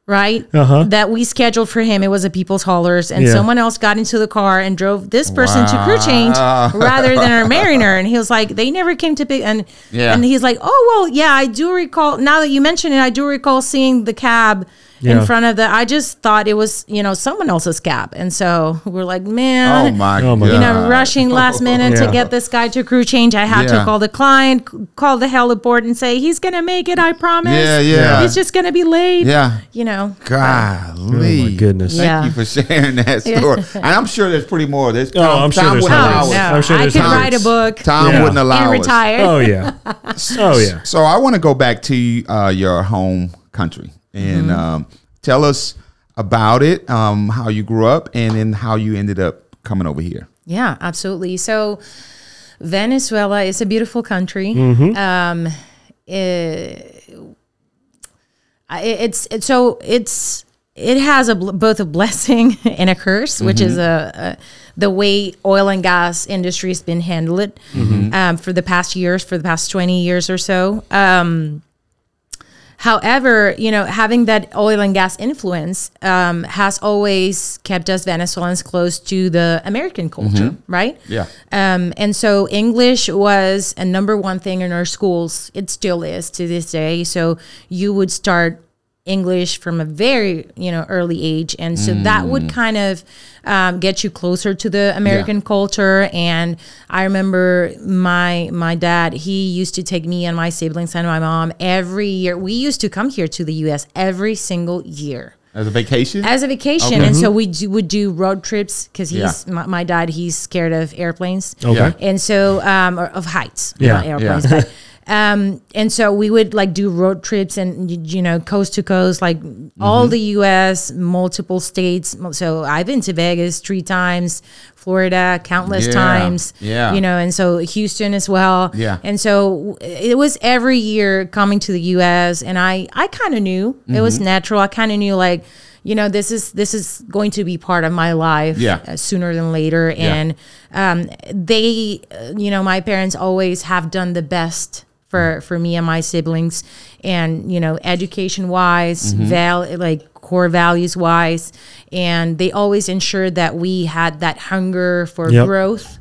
[SPEAKER 3] right? Uh-huh. That we scheduled for him. It was a people's haulers, and
[SPEAKER 1] Yeah.
[SPEAKER 3] someone else got into the car and drove this person to crew change rather than our mariner. And he was like, they never came to pick. And
[SPEAKER 2] Yeah.
[SPEAKER 3] and he's like, oh well, yeah, I do recall. Now that you mention it, I do recall seeing the cab.
[SPEAKER 1] Yeah.
[SPEAKER 3] In front of the, I just thought it was you know someone else's cab, and so we're like, man,
[SPEAKER 2] Oh my,
[SPEAKER 1] Oh, my
[SPEAKER 2] God.
[SPEAKER 1] God.
[SPEAKER 3] you know, rushing last minute
[SPEAKER 1] Yeah.
[SPEAKER 3] to get this guy to crew change. I had
[SPEAKER 2] Yeah.
[SPEAKER 3] to call the client, c- call the heliport, and say he's gonna make it. I promise.
[SPEAKER 2] Yeah, yeah.
[SPEAKER 3] He's just gonna be late.
[SPEAKER 2] Yeah.
[SPEAKER 3] You know.
[SPEAKER 2] Golly.
[SPEAKER 1] Oh, my goodness.
[SPEAKER 2] Thank
[SPEAKER 3] Yeah.
[SPEAKER 2] you for sharing that story. And I'm sure there's pretty more. There's
[SPEAKER 1] Oh, I'm sure there's
[SPEAKER 2] wouldn't
[SPEAKER 1] hundreds.
[SPEAKER 3] Oh
[SPEAKER 2] allow us.
[SPEAKER 3] no!
[SPEAKER 1] I'm sure
[SPEAKER 3] I
[SPEAKER 1] there's
[SPEAKER 3] could
[SPEAKER 1] hundreds.
[SPEAKER 3] write a book
[SPEAKER 2] Tom
[SPEAKER 1] Yeah.
[SPEAKER 2] wouldn't allow
[SPEAKER 3] and
[SPEAKER 2] us.
[SPEAKER 3] retire.
[SPEAKER 1] Oh yeah. Oh yeah.
[SPEAKER 2] So I want to go back to uh, your home country and um, tell us about it, um, how you grew up, and then how you ended up coming over here.
[SPEAKER 3] Yeah, absolutely. So Venezuela is a beautiful country. Um, eh, I- it's it's so it's it has a bl- both a blessing and a curse, which is a, a the way oil and gas industry has been handled um, for the past years, for the past twenty years or so. Um, However, you know, having that oil and gas influence um, has always kept us Venezuelans close to the American culture, right?
[SPEAKER 2] Yeah.
[SPEAKER 3] Um, and so English was a number one thing in our schools. It still is to this day. So you would start English from a very you know early age, and so that would kind of um, get you closer to the American culture. And I remember my my dad. He used to take me and my siblings and my mom every year. We used to come here to the U.S. every single year
[SPEAKER 2] As a vacation?
[SPEAKER 3] as a vacation, and so we do, would do road trips because he's my, my dad. He's scared of airplanes,
[SPEAKER 1] Okay.
[SPEAKER 3] and so um, or of heights,
[SPEAKER 1] Yeah.
[SPEAKER 3] not airplanes.
[SPEAKER 2] Yeah.
[SPEAKER 3] But, um, and so we would like do road trips and y- you know coast to coast, like
[SPEAKER 2] Mm-hmm.
[SPEAKER 3] all the U.S., multiple states. So I've been to Vegas three times, Florida countless
[SPEAKER 2] Yeah.
[SPEAKER 3] times,
[SPEAKER 2] Yeah.
[SPEAKER 3] you know, and so Houston as well,
[SPEAKER 2] Yeah.
[SPEAKER 3] And so it was every year coming to the U.S. and I I kind of knew it was
[SPEAKER 2] Mm-hmm.
[SPEAKER 3] natural. I kind of knew like you know this is this is going to be part of my life
[SPEAKER 2] Yeah.
[SPEAKER 3] uh, sooner than later and um, they uh, you know my parents always have done the best for for me and my siblings and you know education wise
[SPEAKER 2] Mm-hmm.
[SPEAKER 3] val like core values wise and they always ensured that we had that hunger for
[SPEAKER 1] Yep.
[SPEAKER 3] growth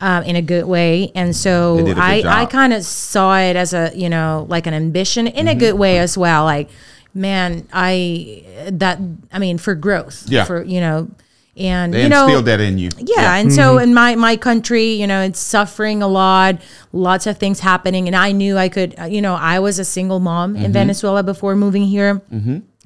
[SPEAKER 3] um, in a good way. And so
[SPEAKER 2] They did a good
[SPEAKER 3] I,
[SPEAKER 2] job.
[SPEAKER 3] I kind of saw it as a, you know, like an ambition in
[SPEAKER 2] Mm-hmm.
[SPEAKER 3] a good way as well. Like, man, I, that, I mean, for growth.
[SPEAKER 2] Yeah.
[SPEAKER 3] For, you know, and,
[SPEAKER 2] They
[SPEAKER 3] you know,
[SPEAKER 2] instilled that in you.
[SPEAKER 3] yeah, and so in my my country, you know, it's suffering a lot, lots of things happening, and I knew I could, uh, you know, I was a single mom in Venezuela before moving here.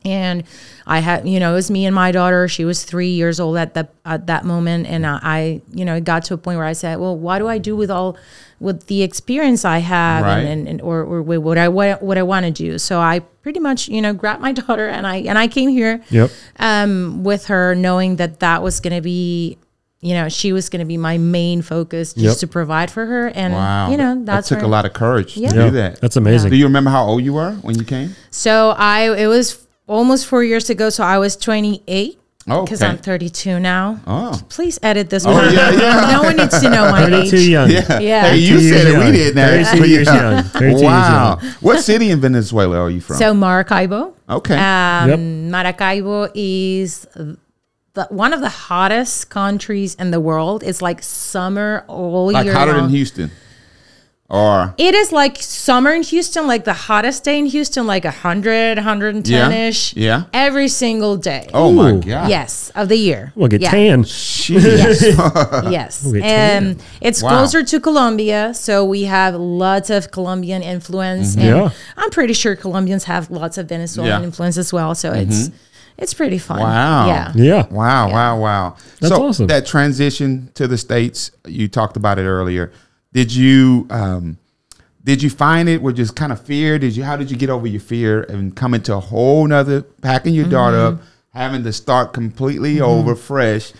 [SPEAKER 3] And I had, you know, it was me and my daughter. She was three years old at the at that moment, and I, I, you know, it got to a point where I said, "Well, what do I do with all, with the experience I have,
[SPEAKER 2] Right.
[SPEAKER 3] and, and, and or, or with what I what, what I want to do?" So I pretty much, you know, grabbed my daughter and I and I came here
[SPEAKER 1] Yep.
[SPEAKER 3] um, with her, knowing that that was going to be, you know, she was going to be my main focus
[SPEAKER 1] Yep.
[SPEAKER 3] just to provide for her. And,
[SPEAKER 2] Wow.
[SPEAKER 3] you know, that's
[SPEAKER 2] that took
[SPEAKER 3] where-
[SPEAKER 2] a lot of courage
[SPEAKER 3] Yeah.
[SPEAKER 2] to
[SPEAKER 1] Yeah,
[SPEAKER 2] do that.
[SPEAKER 1] That's amazing.
[SPEAKER 2] Do you remember how old you were when you came?
[SPEAKER 3] So I, it was almost four years ago. So I was 28.
[SPEAKER 2] Oh,
[SPEAKER 3] Because
[SPEAKER 2] okay.
[SPEAKER 3] I'm 32 now.
[SPEAKER 2] Oh.
[SPEAKER 3] Please edit this
[SPEAKER 2] Oh,
[SPEAKER 3] one.
[SPEAKER 2] yeah, yeah.
[SPEAKER 3] no one needs to know my age.
[SPEAKER 1] Too young.
[SPEAKER 2] Yeah.
[SPEAKER 3] Yeah.
[SPEAKER 2] Hey, you
[SPEAKER 1] 32
[SPEAKER 2] said it.
[SPEAKER 1] young.
[SPEAKER 2] We did that.
[SPEAKER 1] 32 years young. 32 years
[SPEAKER 2] Wow. What city in Venezuela are you from?
[SPEAKER 3] So Maracaibo.
[SPEAKER 2] okay.
[SPEAKER 3] Um,
[SPEAKER 1] Yep.
[SPEAKER 3] Maracaibo is the, one of the hottest countries in the world. It's like summer all
[SPEAKER 2] like
[SPEAKER 3] year
[SPEAKER 2] hotter
[SPEAKER 3] long.
[SPEAKER 2] than Houston, or
[SPEAKER 3] it is like summer in Houston, like the hottest day in Houston, like 100, 110 ish.
[SPEAKER 2] Yeah.
[SPEAKER 3] Every single day.
[SPEAKER 2] oh my
[SPEAKER 1] Ooh.
[SPEAKER 2] god.
[SPEAKER 3] Yes, of the year.
[SPEAKER 1] We'll get
[SPEAKER 3] yeah.
[SPEAKER 1] tan.
[SPEAKER 2] Jeez.
[SPEAKER 3] Yes.
[SPEAKER 1] get
[SPEAKER 3] And it's
[SPEAKER 2] Wow.
[SPEAKER 3] closer to Colombia. So we have lots of Colombian influence. And
[SPEAKER 1] Yeah.
[SPEAKER 3] I'm pretty sure Colombians have lots of Venezuelan
[SPEAKER 2] Mm-hmm. Yeah. Mm-hmm.
[SPEAKER 3] influence as well. So it's it's pretty fun.
[SPEAKER 2] Wow.
[SPEAKER 3] Yeah.
[SPEAKER 1] Yeah.
[SPEAKER 2] Wow, wow, wow.
[SPEAKER 1] That's
[SPEAKER 2] so
[SPEAKER 1] awesome.
[SPEAKER 2] that transition to the states, you talked about it earlier. Did you um did you find it with just kind of fear? Did you how did you get over your fear and come into a whole nother packing your daughter up, having to start completely over fresh?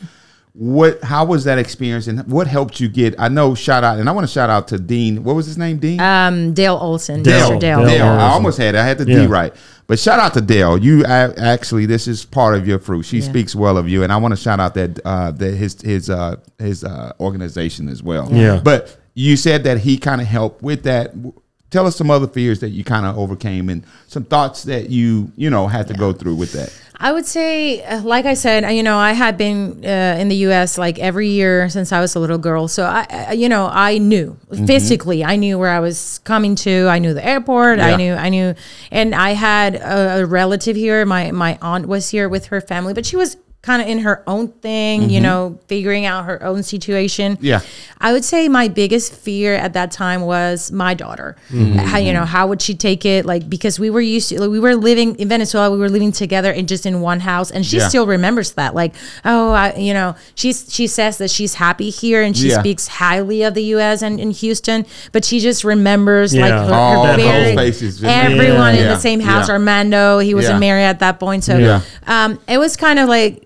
[SPEAKER 2] What how was that experience and what helped you get? I know shout out and I want to shout out to Dean. What was his name? Dean?
[SPEAKER 3] Um, Dale Olson,
[SPEAKER 1] Dale.
[SPEAKER 3] Mr.
[SPEAKER 1] Dale.
[SPEAKER 3] Dale.
[SPEAKER 2] Dale. I almost had it. I had the
[SPEAKER 1] Yeah.
[SPEAKER 2] D right. But shout out to Dale. You I, actually, this is part of your fruit. She
[SPEAKER 3] Yeah.
[SPEAKER 2] speaks well of you, and I want to shout out that uh, that his his uh, his uh, organization as well.
[SPEAKER 1] Yeah.
[SPEAKER 2] But you said that he kind of helped with that. W- Tell us some other fears that you kind of overcame, and some thoughts that you you know had to go through with that.
[SPEAKER 3] I would say, uh, like I said, uh, you know, I had been uh, in the U.S. like every year since I was a little girl. So I, I you know, I knew
[SPEAKER 2] Mm-hmm.
[SPEAKER 3] physically, I knew where I was coming to. I knew the airport.
[SPEAKER 2] Yeah.
[SPEAKER 3] I knew, I knew, and I had a, a relative here. My my aunt was here with her family, but she was kind of in her own thing, you know, figuring out her own situation.
[SPEAKER 2] Mm-hmm. Yeah.
[SPEAKER 3] I would say my biggest fear at that time was my daughter.
[SPEAKER 2] Mm-hmm.
[SPEAKER 3] How you know how would she take it? Like because we were used to like, we were living in Venezuela, we were living together and just in one house, and she
[SPEAKER 2] Yeah.
[SPEAKER 3] still remembers that. Like oh, I, you know she's she says that she's happy here and she
[SPEAKER 2] Yeah.
[SPEAKER 3] speaks highly of the U.S. and in Houston, but she just remembers like
[SPEAKER 1] Yeah.
[SPEAKER 3] her,
[SPEAKER 2] All
[SPEAKER 3] her
[SPEAKER 2] those
[SPEAKER 3] very-
[SPEAKER 2] Oh, faces just-
[SPEAKER 3] everyone in
[SPEAKER 2] Yeah.
[SPEAKER 3] the same house.
[SPEAKER 2] Yeah.
[SPEAKER 3] Armando, he was
[SPEAKER 2] Yeah.
[SPEAKER 3] in Marriott at that point, so
[SPEAKER 2] Yeah.
[SPEAKER 3] um, it was kind of like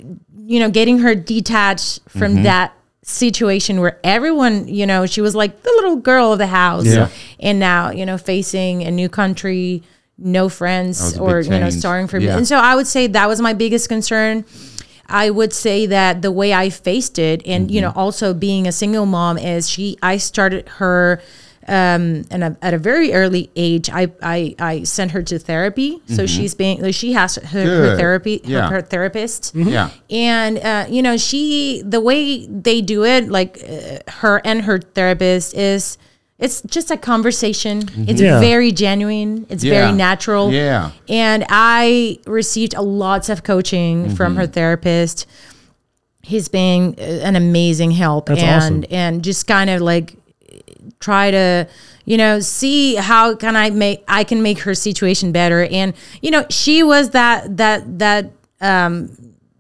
[SPEAKER 3] you know getting her detached from
[SPEAKER 2] Mm-hmm.
[SPEAKER 3] that situation where everyone you know she was like the little girl of the house
[SPEAKER 2] Yeah.
[SPEAKER 3] and now you know facing a new country no friends
[SPEAKER 2] That was a
[SPEAKER 3] or
[SPEAKER 2] big
[SPEAKER 3] you know
[SPEAKER 2] change.
[SPEAKER 3] starting from
[SPEAKER 2] Yeah.
[SPEAKER 3] and so i would say that was my biggest concern i would say that the way i faced it and
[SPEAKER 2] Mm-hmm.
[SPEAKER 3] you know also being a single mom is she i started her and a- at a very early age, I I, I sent her to therapy. So she's being like, she has her, her
[SPEAKER 2] Mm-hmm. Good.
[SPEAKER 3] therapy her-
[SPEAKER 2] Yeah. Mm-hmm.
[SPEAKER 3] her, therapist.
[SPEAKER 2] Yeah.
[SPEAKER 3] And uh, you know she the way they do it, like uh, her and her therapist is. It's just a conversation. It's
[SPEAKER 1] Yeah.
[SPEAKER 3] very genuine. It's
[SPEAKER 2] Mm-hmm. Yeah.
[SPEAKER 3] very natural.
[SPEAKER 2] Yeah.
[SPEAKER 3] And I received a lots of coaching from
[SPEAKER 2] Mm-hmm.
[SPEAKER 3] her therapist. He's been uh, an amazing help
[SPEAKER 1] That's
[SPEAKER 3] and
[SPEAKER 1] awesome.
[SPEAKER 3] and just kind of like try to you know see how can i make i can make her situation better and you know she was that that that um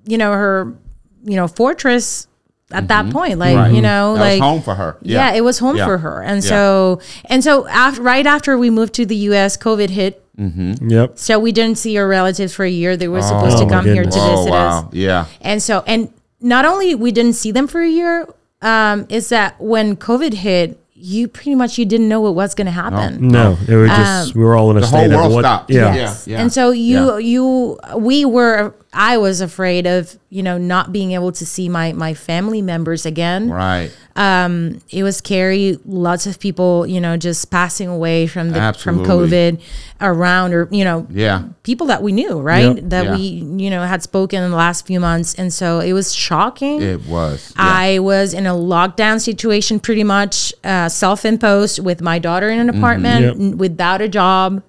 [SPEAKER 3] you know her you know fortress at that point like
[SPEAKER 2] Mm-hmm. Right.
[SPEAKER 3] you know
[SPEAKER 2] That
[SPEAKER 3] like
[SPEAKER 2] was home for her.
[SPEAKER 3] yeah. it was home
[SPEAKER 2] Yeah.
[SPEAKER 3] for her and
[SPEAKER 2] Yeah.
[SPEAKER 3] so and so after, right after we moved to the us covid hit
[SPEAKER 1] Yep.
[SPEAKER 3] so we didn't see our relatives for a year they were supposed to
[SPEAKER 1] Oh my
[SPEAKER 3] come here to
[SPEAKER 1] goodness.
[SPEAKER 2] Oh
[SPEAKER 3] visit us
[SPEAKER 2] wow. Yeah.
[SPEAKER 3] and so, and not only we didn't see them for a year, um, is that when COVID hit, you pretty much you didn't know what was going to happen.
[SPEAKER 1] No, it
[SPEAKER 3] Um,
[SPEAKER 1] was just we were all in a
[SPEAKER 2] whole
[SPEAKER 1] state of
[SPEAKER 2] world
[SPEAKER 1] what.
[SPEAKER 2] stopped.
[SPEAKER 1] Yeah.
[SPEAKER 2] Yeah.
[SPEAKER 3] And so you you we were I was afraid of, you know, not being able to see my my family members again.
[SPEAKER 2] Right.
[SPEAKER 3] It was scary. Lots of people, you know, just passing away from the, from
[SPEAKER 2] Absolutely.
[SPEAKER 3] COVID around or, you know,
[SPEAKER 2] Yeah.
[SPEAKER 3] people that we knew, right?
[SPEAKER 1] Yep.
[SPEAKER 3] That
[SPEAKER 2] Yeah.
[SPEAKER 3] we, you know, had spoken in the last few months. And so it was shocking.
[SPEAKER 2] It was. Yeah.
[SPEAKER 3] I was in a lockdown situation, pretty much uh, self imposed with my daughter in an
[SPEAKER 2] Mm-hmm.
[SPEAKER 3] apartment
[SPEAKER 1] Yep.
[SPEAKER 3] n- without a job.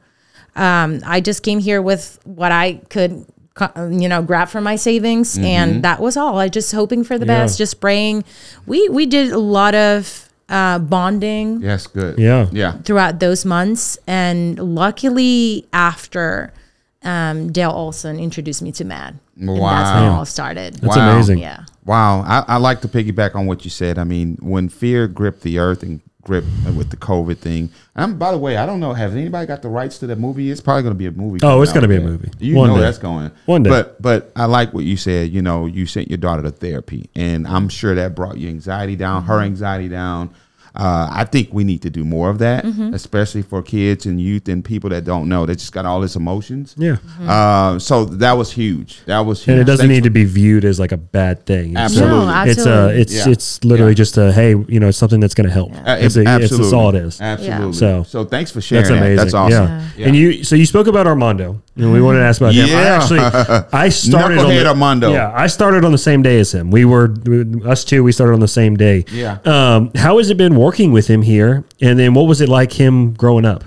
[SPEAKER 3] Um, I just came here with what I could, co- you know, grab from my savings,
[SPEAKER 2] Mm-hmm.
[SPEAKER 3] and that was all. I just hoping for the
[SPEAKER 1] Yeah.
[SPEAKER 3] best, just praying. We we did a lot of uh, bonding
[SPEAKER 2] yes. Good.
[SPEAKER 1] Yeah.
[SPEAKER 2] Yeah.
[SPEAKER 3] throughout those months, and luckily after. Um, Dale Olson introduced me to Mad. And that's when it
[SPEAKER 2] Wow.
[SPEAKER 3] all started.
[SPEAKER 2] That's
[SPEAKER 1] It's
[SPEAKER 2] Wow.
[SPEAKER 1] amazing.
[SPEAKER 3] Yeah.
[SPEAKER 2] Wow, I, I like to piggyback on what you said. I mean, when fear gripped the earth and gripped with the COVID thing. And by the way, I don't know. Has anybody got the rights to that movie? It's probably going to be a movie.
[SPEAKER 1] Oh,
[SPEAKER 2] coming
[SPEAKER 1] it's
[SPEAKER 2] out
[SPEAKER 1] gonna be a
[SPEAKER 2] with that.
[SPEAKER 1] movie.
[SPEAKER 2] You
[SPEAKER 1] One
[SPEAKER 2] know
[SPEAKER 1] day.
[SPEAKER 2] that's going
[SPEAKER 1] One day.
[SPEAKER 2] But but I like what you said. You know, you sent your daughter to therapy, and I'm sure that brought your anxiety down, her anxiety down. Uh, I think we need to do more of that, especially for kids and youth and people that don't know. They just got all these emotions.
[SPEAKER 1] Yeah.
[SPEAKER 2] Uh, so that was huge. That was huge.
[SPEAKER 1] And it doesn't
[SPEAKER 2] Thanks
[SPEAKER 1] need to be viewed as like a bad thing. It's- uh,
[SPEAKER 2] Absolutely.
[SPEAKER 3] No,
[SPEAKER 1] It's
[SPEAKER 3] absolutely.
[SPEAKER 1] a, it's
[SPEAKER 2] Yeah.
[SPEAKER 1] it's literally
[SPEAKER 2] Yeah.
[SPEAKER 1] just a hey, you know, something that's going to help.
[SPEAKER 2] Uh,
[SPEAKER 1] It's, a, it's, it's all it is.
[SPEAKER 2] Absolutely.
[SPEAKER 1] So-
[SPEAKER 2] So, thanks for sharing.
[SPEAKER 1] That's amazing.
[SPEAKER 2] That. That's awesome.
[SPEAKER 1] Yeah. And you, so you spoke about Armando, and we wanted to ask about him. I
[SPEAKER 2] Yeah.
[SPEAKER 1] actually, I started on
[SPEAKER 2] Knucklehead
[SPEAKER 1] the,
[SPEAKER 2] Armando.
[SPEAKER 1] Yeah, I started on the same day as him. We were us two. We started on the same day.
[SPEAKER 2] Yeah.
[SPEAKER 1] Um, how has it been working with him here? And then what was it like him growing up?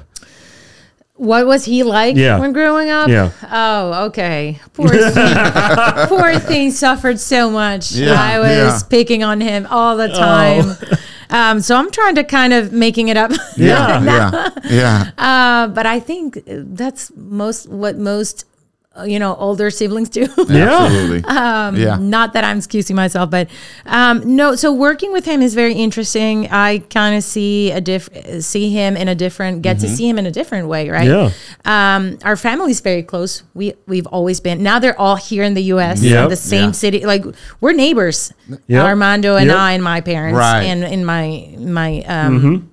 [SPEAKER 3] What was he like
[SPEAKER 1] Yeah.
[SPEAKER 3] when growing up?
[SPEAKER 1] Yeah.
[SPEAKER 3] Oh, okay. Poor thing. Poor thing suffered so much.
[SPEAKER 2] Yeah,
[SPEAKER 3] I was
[SPEAKER 2] yeah. Oh.
[SPEAKER 3] picking on him all the time. Um, so I'm trying to kind of making it up.
[SPEAKER 1] Yeah.
[SPEAKER 2] Yeah. Yeah.
[SPEAKER 3] Uh, but I think that's most what most uh, you know older siblings do.
[SPEAKER 2] Absolutely.
[SPEAKER 3] Um,
[SPEAKER 2] yeah.
[SPEAKER 3] Not that I'm excusing myself, but um, no. So working with him is very interesting. I kind of see a diff, see him in a different, get to see him in a different way, right?
[SPEAKER 1] Mm-hmm. Yeah.
[SPEAKER 3] Um, our family's very close. We we've always been. Now they're all here in the U.S.
[SPEAKER 1] Yep.
[SPEAKER 3] in the same
[SPEAKER 2] Yeah.
[SPEAKER 3] city. Like we're neighbors.
[SPEAKER 1] Yep.
[SPEAKER 3] Armando and
[SPEAKER 1] Yep.
[SPEAKER 3] I and my parents
[SPEAKER 2] Right.
[SPEAKER 3] and and my my um,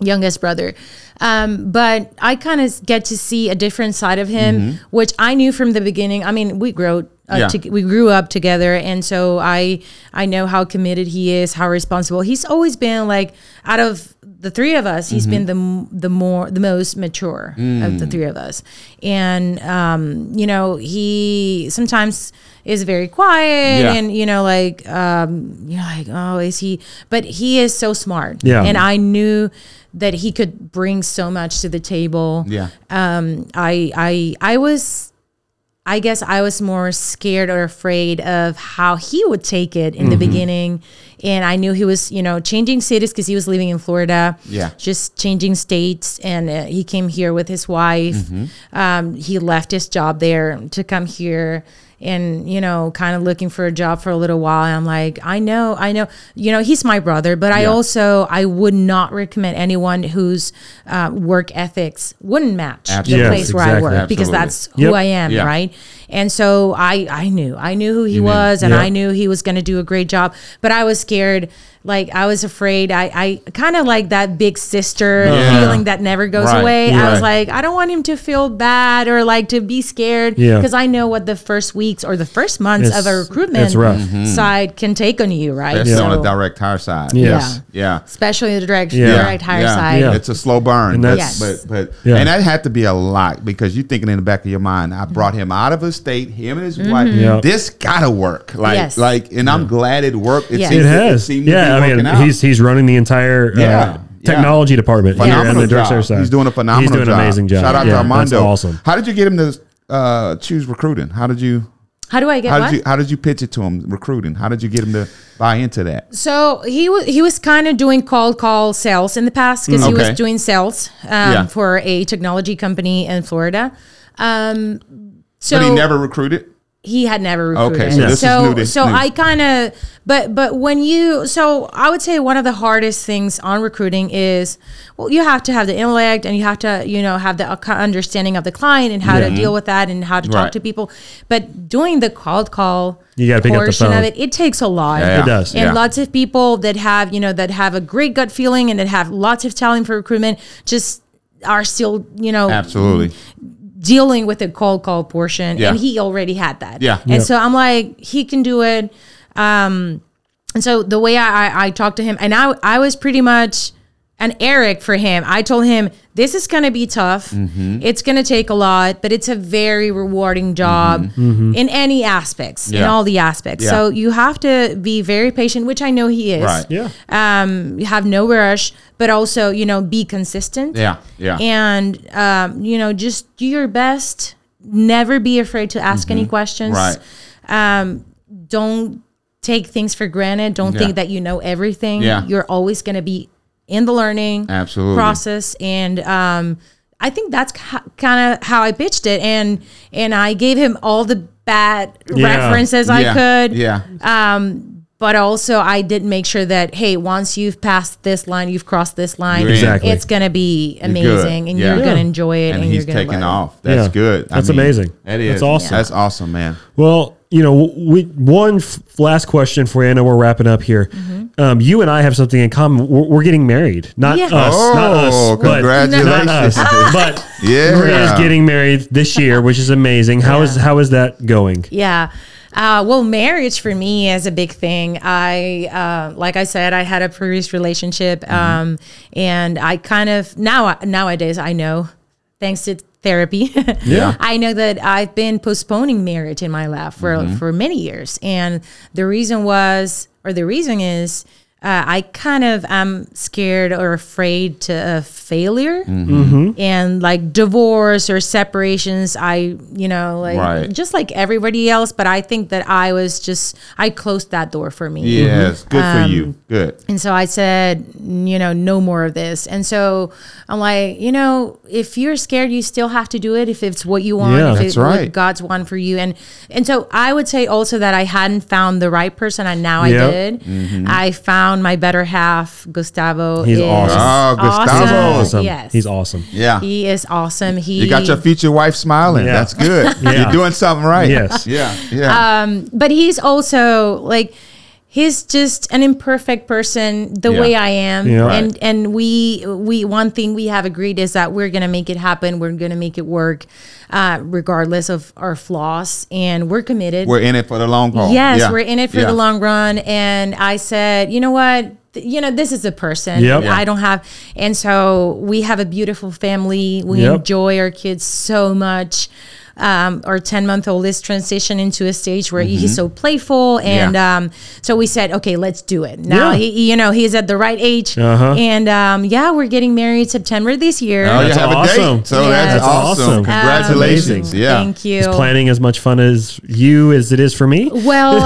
[SPEAKER 3] youngest brother. Um, but I kind of get to see a different side of him, which I knew from the beginning. I mean, we grew uh,
[SPEAKER 2] Mm-hmm. Yeah.
[SPEAKER 3] to, we grew up together, and so I I know how committed he is, how responsible. He's always been like out of the three of us,
[SPEAKER 2] Mm-hmm.
[SPEAKER 3] he's been the m- the more the most mature of
[SPEAKER 2] Mm.
[SPEAKER 3] the three of us, and um, you know he sometimes is very quiet
[SPEAKER 2] Yeah.
[SPEAKER 3] and you know like um you're like oh is he but he is so smart
[SPEAKER 1] Yeah.
[SPEAKER 3] and I knew that he could bring so much to the table.
[SPEAKER 2] Yeah.
[SPEAKER 3] Um, I I I was I guess I was more scared or afraid of how he would take it in
[SPEAKER 2] Mm-hmm.
[SPEAKER 3] the beginning. And I knew he was, you know, changing cities because he was living in Florida.
[SPEAKER 2] Yeah.
[SPEAKER 3] Just changing states. And uh, he came here with his wife.
[SPEAKER 2] Mm-hmm.
[SPEAKER 3] Um, he left his job there to come here and, you know, kind of looking for a job for a little while. And I'm like, I know, I know, you know, he's my brother, but I
[SPEAKER 2] Yeah.
[SPEAKER 3] also, I would not recommend anyone whose uh, work ethics wouldn't match
[SPEAKER 2] Absolutely.
[SPEAKER 3] the
[SPEAKER 1] Yes,
[SPEAKER 3] place where I
[SPEAKER 1] exactly.
[SPEAKER 3] work because
[SPEAKER 2] Absolutely.
[SPEAKER 3] that's
[SPEAKER 1] Yep.
[SPEAKER 3] who I am,
[SPEAKER 2] Yeah.
[SPEAKER 3] right? And so I I knew I knew who he was, and
[SPEAKER 1] Yeah.
[SPEAKER 3] I knew he was going to do a great job. But I was scared, like I was afraid. I I kind of like that big sister
[SPEAKER 2] Yeah.
[SPEAKER 3] feeling that never goes
[SPEAKER 2] Right.
[SPEAKER 3] away. I was
[SPEAKER 2] Right.
[SPEAKER 3] like, I don't want him to feel bad or like to be scared
[SPEAKER 1] Yeah.
[SPEAKER 3] because I know what the first weeks or the first months
[SPEAKER 1] It's-
[SPEAKER 3] of a recruitment
[SPEAKER 1] it's rough. Mm-hmm.
[SPEAKER 3] side can take on you, right?
[SPEAKER 2] That's
[SPEAKER 3] So-
[SPEAKER 2] on a direct hire side.
[SPEAKER 1] Yes.
[SPEAKER 2] Yeah.
[SPEAKER 3] especially the direct
[SPEAKER 1] Yeah.
[SPEAKER 3] direct hire
[SPEAKER 2] yeah.
[SPEAKER 3] side.
[SPEAKER 1] Yeah.
[SPEAKER 2] It's a slow burn.
[SPEAKER 1] And
[SPEAKER 2] But-
[SPEAKER 1] that's-
[SPEAKER 2] but but
[SPEAKER 1] Yeah.
[SPEAKER 2] and that had to be a lot because you're thinking in the back of your mind, I brought him out of his state, him and his wife.
[SPEAKER 1] Yeah.
[SPEAKER 2] This gotta work. Like
[SPEAKER 3] Mm-hmm. Yes.
[SPEAKER 2] like and I'm glad it worked. It
[SPEAKER 3] Yeah.
[SPEAKER 2] seems
[SPEAKER 1] It
[SPEAKER 2] to-
[SPEAKER 1] has.
[SPEAKER 2] seemed to be
[SPEAKER 1] yeah, I mean,
[SPEAKER 2] working out.
[SPEAKER 1] he's he's running the entire uh,
[SPEAKER 2] Yeah, yeah.
[SPEAKER 1] technology department here on
[SPEAKER 2] phenomenal
[SPEAKER 1] the direct
[SPEAKER 2] job.
[SPEAKER 1] hire side.
[SPEAKER 2] He's doing a phenomenal
[SPEAKER 1] He's doing
[SPEAKER 2] job.
[SPEAKER 1] an amazing job.
[SPEAKER 2] Shout out
[SPEAKER 1] Yeah,
[SPEAKER 2] to
[SPEAKER 1] that's
[SPEAKER 2] Armando.
[SPEAKER 1] awesome.
[SPEAKER 2] How did you get him to uh, choose recruiting? How did you
[SPEAKER 3] How do I get
[SPEAKER 2] how
[SPEAKER 3] what?
[SPEAKER 2] did you how did you pitch it to him recruiting? How did you get him to buy into that?
[SPEAKER 3] So he was he was kind of doing cold call sales in the past because he
[SPEAKER 2] Okay.
[SPEAKER 3] was doing sales um,
[SPEAKER 2] Yeah.
[SPEAKER 3] for a technology company in Florida. Um, so
[SPEAKER 2] But he never recruited.
[SPEAKER 3] he had never recruited.
[SPEAKER 2] Okay, so this is
[SPEAKER 3] so
[SPEAKER 2] new to-
[SPEAKER 3] so
[SPEAKER 2] new.
[SPEAKER 3] I kind of but but when you so I would say one of the hardest things on recruiting is well you have to have the intellect and you have to you know have the ac- understanding of the client and how to
[SPEAKER 1] Yeah.
[SPEAKER 3] deal with that and how to talk
[SPEAKER 2] Right.
[SPEAKER 3] to people. But doing the cold call
[SPEAKER 1] You gotta pick up the
[SPEAKER 3] portion
[SPEAKER 1] phone.
[SPEAKER 3] of it, it takes a lot.
[SPEAKER 2] Yeah.
[SPEAKER 1] It does.
[SPEAKER 3] And
[SPEAKER 2] Yeah.
[SPEAKER 3] lots of people that have, you know, that have a great gut feeling and that have lots of talent for recruitment just are still, you know,
[SPEAKER 2] Absolutely.
[SPEAKER 3] dealing with the cold call portion,
[SPEAKER 2] Yeah.
[SPEAKER 3] and he already had that.
[SPEAKER 2] Yeah.
[SPEAKER 3] and
[SPEAKER 1] Yep.
[SPEAKER 3] so I'm like, he can do it. Um, and so the way I, I, I talked to him, and I, I was pretty much an Eric for him. I told him, this is going to be tough.
[SPEAKER 2] Mm-hmm.
[SPEAKER 3] It's going to take a lot, but it's a very rewarding job in any aspects, in
[SPEAKER 2] Mm-hmm. Yeah.
[SPEAKER 3] all the aspects.
[SPEAKER 2] Yeah.
[SPEAKER 3] So you have to be very patient, which I know he is.
[SPEAKER 2] Right.
[SPEAKER 1] Yeah.
[SPEAKER 3] Um, you have no rush, but also, you know, be consistent.
[SPEAKER 2] Yeah. Yeah.
[SPEAKER 3] And, um, you know, just do your best. Never be afraid to ask any questions
[SPEAKER 2] Mm-hmm.
[SPEAKER 3] Um,
[SPEAKER 2] right.
[SPEAKER 3] don't take things for granted. Don't
[SPEAKER 2] Yeah.
[SPEAKER 3] think that you know everything.
[SPEAKER 2] Yeah.
[SPEAKER 3] You're always going to be in the learning
[SPEAKER 2] Absolutely.
[SPEAKER 3] process. And um, I think that's kind of how I pitched it. And and I gave him all the bad
[SPEAKER 1] Yeah.
[SPEAKER 3] references I
[SPEAKER 2] yeah.
[SPEAKER 3] could.
[SPEAKER 2] Yeah.
[SPEAKER 3] But also, I did make sure that, hey, once you've passed this line, you've crossed this line.
[SPEAKER 2] You're in.
[SPEAKER 1] Exactly.
[SPEAKER 3] It's going to be
[SPEAKER 2] good.
[SPEAKER 3] amazing and
[SPEAKER 2] Yeah.
[SPEAKER 3] you're going
[SPEAKER 1] Yeah.
[SPEAKER 3] to enjoy it.
[SPEAKER 2] and,
[SPEAKER 3] And,
[SPEAKER 2] he's
[SPEAKER 3] you're going to
[SPEAKER 2] taking off. That's
[SPEAKER 1] Yeah.
[SPEAKER 2] good.
[SPEAKER 1] That's amazing.
[SPEAKER 2] That is.
[SPEAKER 1] That's awesome. Mm-hmm.
[SPEAKER 2] That's awesome, man.
[SPEAKER 1] Well, you know, we one f- last question for you. I know we're wrapping up here. Um, you and I have something in common. We're, we're getting married. Not
[SPEAKER 3] Mm-hmm. Yeah.
[SPEAKER 1] us. not
[SPEAKER 2] Oh,
[SPEAKER 1] us. but-
[SPEAKER 2] congratulations.
[SPEAKER 1] Not us. But
[SPEAKER 2] Yeah.
[SPEAKER 1] Maria is getting married this year, which is amazing. How is how is that going?
[SPEAKER 3] Yeah. Uh, well, marriage for me is a big thing. I, uh, like I said, I had a previous relationship,
[SPEAKER 2] Mm-hmm.
[SPEAKER 3] um, and I kind of now nowadays I know, thanks to therapy,
[SPEAKER 2] Yeah.
[SPEAKER 3] I know that I've been postponing marriage in my life for
[SPEAKER 2] Mm-hmm.
[SPEAKER 3] for many years, and the reason was, or the reason is. Uh, I kind of am scared or afraid to uh, failure
[SPEAKER 2] Mm-hmm.
[SPEAKER 3] and like divorce or separations. I, you know, like
[SPEAKER 2] Right.
[SPEAKER 3] just like everybody else, but I think that I was just I closed that door for me.
[SPEAKER 2] Yes. Good for
[SPEAKER 3] Um,
[SPEAKER 2] you. Good.
[SPEAKER 3] And so I said, "N- you know, no more of this. And so I'm like, you know, if you're scared, you still have to do it if it's what you want,
[SPEAKER 1] Yeah,
[SPEAKER 3] if
[SPEAKER 1] that's
[SPEAKER 3] it's what
[SPEAKER 2] right.
[SPEAKER 3] God's one for you. And and so I would say also that I hadn't found the right person and now I
[SPEAKER 1] Yep. Mm-hmm.
[SPEAKER 3] did. I found my better half, Gustavo.
[SPEAKER 1] He's
[SPEAKER 3] is
[SPEAKER 1] awesome.
[SPEAKER 2] Oh, Gustavo.
[SPEAKER 1] He's
[SPEAKER 2] Oh,
[SPEAKER 1] awesome.
[SPEAKER 3] Uh, Yes.
[SPEAKER 1] He's awesome.
[SPEAKER 2] Yeah.
[SPEAKER 3] He is awesome. He
[SPEAKER 2] you got your future wife smiling.
[SPEAKER 1] Yeah.
[SPEAKER 2] That's good.
[SPEAKER 1] Yeah.
[SPEAKER 2] You're doing something right.
[SPEAKER 1] Yes.
[SPEAKER 2] Yeah.
[SPEAKER 3] Uh,
[SPEAKER 2] Yeah.
[SPEAKER 3] but he's also like he's just an imperfect person the
[SPEAKER 2] Yeah.
[SPEAKER 3] way i am
[SPEAKER 1] Yeah. Right.
[SPEAKER 3] and and we we one thing we have agreed is that we're gonna make it happen we're gonna make it work uh, regardless of our flaws and we're committed
[SPEAKER 2] we're in it for the long haul.
[SPEAKER 3] yes
[SPEAKER 2] Oh, Yeah.
[SPEAKER 3] we're in it for
[SPEAKER 2] Yeah.
[SPEAKER 3] the long run and i said you know what Th- you know this is a person
[SPEAKER 1] Yep.
[SPEAKER 3] that i don't have and so we have a beautiful family we
[SPEAKER 1] Yep.
[SPEAKER 3] enjoy our kids so much um, our 10 month old is transitioning into a stage where he's so playful and
[SPEAKER 2] Yeah.
[SPEAKER 3] um, so we said okay let's do it now
[SPEAKER 1] Yeah.
[SPEAKER 3] he, you know he's at the right age
[SPEAKER 1] Uh-huh.
[SPEAKER 3] and um, yeah we're getting married september this year
[SPEAKER 2] Oh, you
[SPEAKER 1] That's
[SPEAKER 2] have a
[SPEAKER 1] awesome.
[SPEAKER 2] date. So
[SPEAKER 3] Yeah.
[SPEAKER 2] that's,
[SPEAKER 3] That's
[SPEAKER 2] awesome.
[SPEAKER 1] awesome.
[SPEAKER 2] Congratulations.
[SPEAKER 1] Amazing.
[SPEAKER 2] yeah.
[SPEAKER 3] thank you
[SPEAKER 1] Is planning as much fun as you as it is for me?
[SPEAKER 3] Well,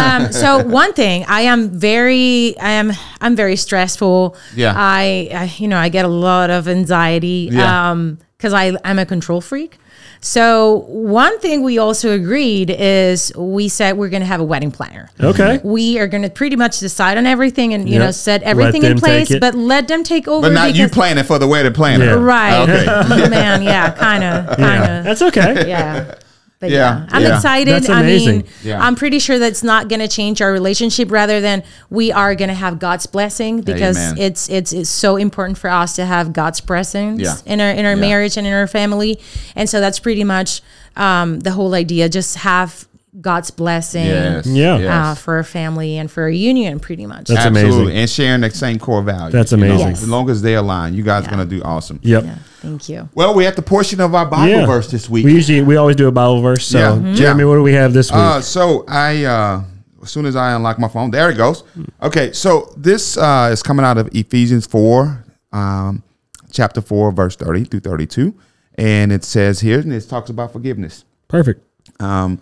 [SPEAKER 3] um, so one thing I am very, I am, I'm very stressful.
[SPEAKER 2] Yeah.
[SPEAKER 3] I, I you know, I get a lot of anxiety.
[SPEAKER 2] Yeah.
[SPEAKER 3] Um, because I, I'm a control freak. So one thing we also agreed is we said we're going to have a wedding planner.
[SPEAKER 1] Okay.
[SPEAKER 3] We are going to pretty much decide on everything and you
[SPEAKER 1] Yep.
[SPEAKER 3] know set
[SPEAKER 1] Let
[SPEAKER 3] everything
[SPEAKER 1] them
[SPEAKER 3] in
[SPEAKER 1] take
[SPEAKER 3] place,
[SPEAKER 1] it.
[SPEAKER 3] but let them take over.
[SPEAKER 2] But not you
[SPEAKER 3] because-
[SPEAKER 2] planning for the wedding planner.
[SPEAKER 1] Yeah.
[SPEAKER 3] right?
[SPEAKER 2] Okay.
[SPEAKER 3] Oh, man, yeah, kind of, kind of
[SPEAKER 1] Yeah. That's okay.
[SPEAKER 3] yeah. But
[SPEAKER 2] Yeah,
[SPEAKER 3] yeah, I'm
[SPEAKER 2] yeah.
[SPEAKER 3] excited.
[SPEAKER 1] That's
[SPEAKER 3] I
[SPEAKER 1] amazing.
[SPEAKER 3] mean,
[SPEAKER 2] Yeah.
[SPEAKER 3] I'm pretty sure that's not going to change our relationship. Rather than we are going to have God's blessing because
[SPEAKER 2] Amen.
[SPEAKER 3] it's, it's it's so important for us to have God's presence
[SPEAKER 2] Yeah.
[SPEAKER 3] in our in our
[SPEAKER 2] Yeah.
[SPEAKER 3] marriage and in our family. And so that's pretty much um, the whole idea. Just have God's blessing
[SPEAKER 2] Yes.
[SPEAKER 1] Yeah.
[SPEAKER 2] Yes.
[SPEAKER 3] uh, for our family and for our union, pretty much.
[SPEAKER 1] That's
[SPEAKER 2] Absolutely.
[SPEAKER 1] amazing.
[SPEAKER 2] And sharing the same core values.
[SPEAKER 1] That's
[SPEAKER 2] you know.
[SPEAKER 1] amazing.
[SPEAKER 3] Yes.
[SPEAKER 2] As long as they align, you guys are going to do awesome.
[SPEAKER 1] Yep.
[SPEAKER 3] yeah, thank you.
[SPEAKER 2] Well, we're at the portion of our Bible
[SPEAKER 1] Yeah.
[SPEAKER 2] verse this week.
[SPEAKER 1] We usually we always do a Bible verse. So
[SPEAKER 2] Yeah.
[SPEAKER 3] Mm-hmm.
[SPEAKER 2] Mhm.
[SPEAKER 1] Jeremy,
[SPEAKER 2] Yeah.
[SPEAKER 1] what do we have this week?
[SPEAKER 2] Uh, so I, uh, as soon as I unlock my phone, there it goes. Okay, so this uh, is coming out of Ephesians four, um, chapter four, verse thirty through thirty-two, and it says here, and it talks about forgiveness.
[SPEAKER 1] Perfect.
[SPEAKER 2] Um,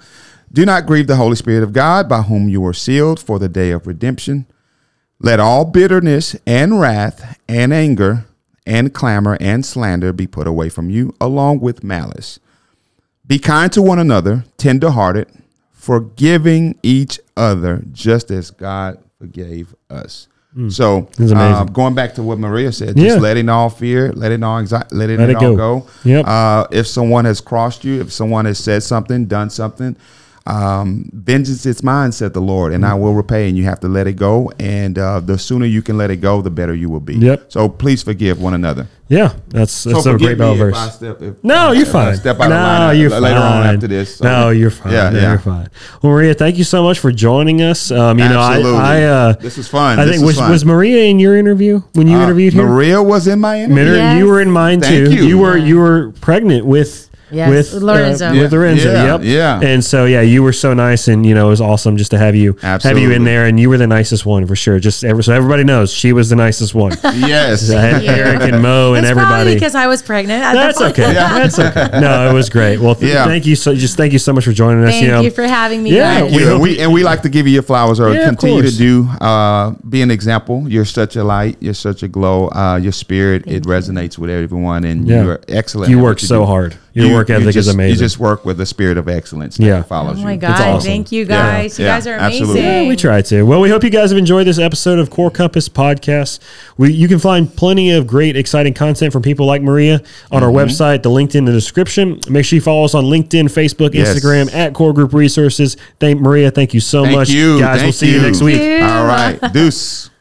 [SPEAKER 2] Do not grieve the Holy Spirit of God, by whom you were sealed for the day of redemption. Let all bitterness and wrath and anger and clamor and slander be put away from you, along with malice. Be kind to one another, tenderhearted, forgiving each other, just as God forgave us. So,
[SPEAKER 1] Hmm. That's amazing.
[SPEAKER 2] uh, going back to what Maria said,
[SPEAKER 1] Yeah.
[SPEAKER 2] just letting all fear, letting all anxiety, letting
[SPEAKER 1] Let
[SPEAKER 2] it,
[SPEAKER 1] it
[SPEAKER 2] all
[SPEAKER 1] go.
[SPEAKER 2] go.
[SPEAKER 1] Yep.
[SPEAKER 2] Uh, if someone has crossed you, if someone has said something, done something, um, vengeance is mine, said the Lord, and I
[SPEAKER 1] Mm-hmm.
[SPEAKER 2] will repay. And you have to let it go. And uh, the sooner you can let it go, the better you will be.
[SPEAKER 1] Yep.
[SPEAKER 2] So please forgive one another.
[SPEAKER 1] Yeah, that's that's
[SPEAKER 2] so
[SPEAKER 1] a
[SPEAKER 2] forgive
[SPEAKER 1] great Bible
[SPEAKER 2] me if
[SPEAKER 1] verse.
[SPEAKER 2] I step, Uh, if,
[SPEAKER 1] No, you're
[SPEAKER 2] if I
[SPEAKER 1] fine.
[SPEAKER 2] Step out
[SPEAKER 1] no,
[SPEAKER 2] of line
[SPEAKER 1] you're
[SPEAKER 2] later on
[SPEAKER 1] fine.
[SPEAKER 2] after this. So-
[SPEAKER 1] No, you're fine.
[SPEAKER 2] Yeah,
[SPEAKER 1] No,
[SPEAKER 2] yeah.
[SPEAKER 1] you're fine. Well, Maria, thank you so much for joining us. Um, you
[SPEAKER 2] Absolutely.
[SPEAKER 1] know, I, I uh,
[SPEAKER 2] This is fun.
[SPEAKER 1] I
[SPEAKER 2] This
[SPEAKER 1] think
[SPEAKER 2] is
[SPEAKER 1] was,
[SPEAKER 2] fun.
[SPEAKER 1] was Maria in your interview when you
[SPEAKER 2] Uh,
[SPEAKER 1] interviewed her.
[SPEAKER 2] Maria was in my interview.
[SPEAKER 1] Minner,
[SPEAKER 3] Yes.
[SPEAKER 1] you were in mine
[SPEAKER 2] Thank
[SPEAKER 1] too.
[SPEAKER 2] you.
[SPEAKER 1] You, were you were pregnant with
[SPEAKER 3] Yes,
[SPEAKER 1] with uh,
[SPEAKER 3] with Lorenzo.
[SPEAKER 1] with
[SPEAKER 2] Yeah,
[SPEAKER 1] Lorenzo.
[SPEAKER 2] yeah,
[SPEAKER 1] Yep.
[SPEAKER 2] yeah.
[SPEAKER 1] And so yeah, you were so nice, and you know it was awesome just to have you have you
[SPEAKER 2] Absolutely.
[SPEAKER 1] in there, and you were the nicest one for sure. Just ever, so everybody knows she was the nicest one.
[SPEAKER 2] Yes.
[SPEAKER 1] I had Eric and Mo and
[SPEAKER 3] it's probably
[SPEAKER 1] everybody.
[SPEAKER 3] because I was pregnant. at the
[SPEAKER 1] That's
[SPEAKER 3] point.
[SPEAKER 1] okay. That's okay. No, it was great. Well, th-
[SPEAKER 2] Yeah.
[SPEAKER 1] thank you so just thank you so much for joining us.
[SPEAKER 3] Thank
[SPEAKER 1] you know,
[SPEAKER 3] you for having me.
[SPEAKER 1] Yeah,
[SPEAKER 3] guys.
[SPEAKER 1] we-
[SPEAKER 2] Yeah,
[SPEAKER 1] hope
[SPEAKER 2] we, and we like to give you your flowers or
[SPEAKER 1] Yeah, of
[SPEAKER 2] continue to
[SPEAKER 1] course.
[SPEAKER 2] do uh, be an example. You're such a light. You're such a glow. Uh, your spirit it resonates with everyone, and
[SPEAKER 1] Yeah.
[SPEAKER 2] you're excellent. at
[SPEAKER 1] you
[SPEAKER 2] what
[SPEAKER 1] work so
[SPEAKER 2] do.
[SPEAKER 1] hard. Your
[SPEAKER 2] You-
[SPEAKER 1] work
[SPEAKER 2] you
[SPEAKER 1] ethic
[SPEAKER 2] just-
[SPEAKER 1] is amazing.
[SPEAKER 2] You just work with the spirit of excellence. That
[SPEAKER 1] Yeah.
[SPEAKER 2] follows
[SPEAKER 3] Oh
[SPEAKER 2] you.
[SPEAKER 3] my God.
[SPEAKER 1] awesome.
[SPEAKER 3] Thank you
[SPEAKER 2] Yeah,
[SPEAKER 3] guys. You
[SPEAKER 2] yeah,
[SPEAKER 3] guys are amazing.
[SPEAKER 2] absolutely.
[SPEAKER 1] Yeah, we try to. Well, we hope you guys have enjoyed this episode of Core Compass Podcast. We you can find plenty of great, exciting content from people like Maria on
[SPEAKER 2] Mm-hmm.
[SPEAKER 1] our website, the LinkedIn in the description. Make sure you follow us on LinkedIn, Facebook,
[SPEAKER 2] Yes.
[SPEAKER 1] Instagram at Core Group Resources. Thank Maria, thank you so
[SPEAKER 2] Thank
[SPEAKER 1] much.
[SPEAKER 2] you.
[SPEAKER 1] guys, we'll
[SPEAKER 2] Thank
[SPEAKER 1] see you next
[SPEAKER 2] you.
[SPEAKER 1] week.
[SPEAKER 3] Thank you.
[SPEAKER 2] All right, Deuce.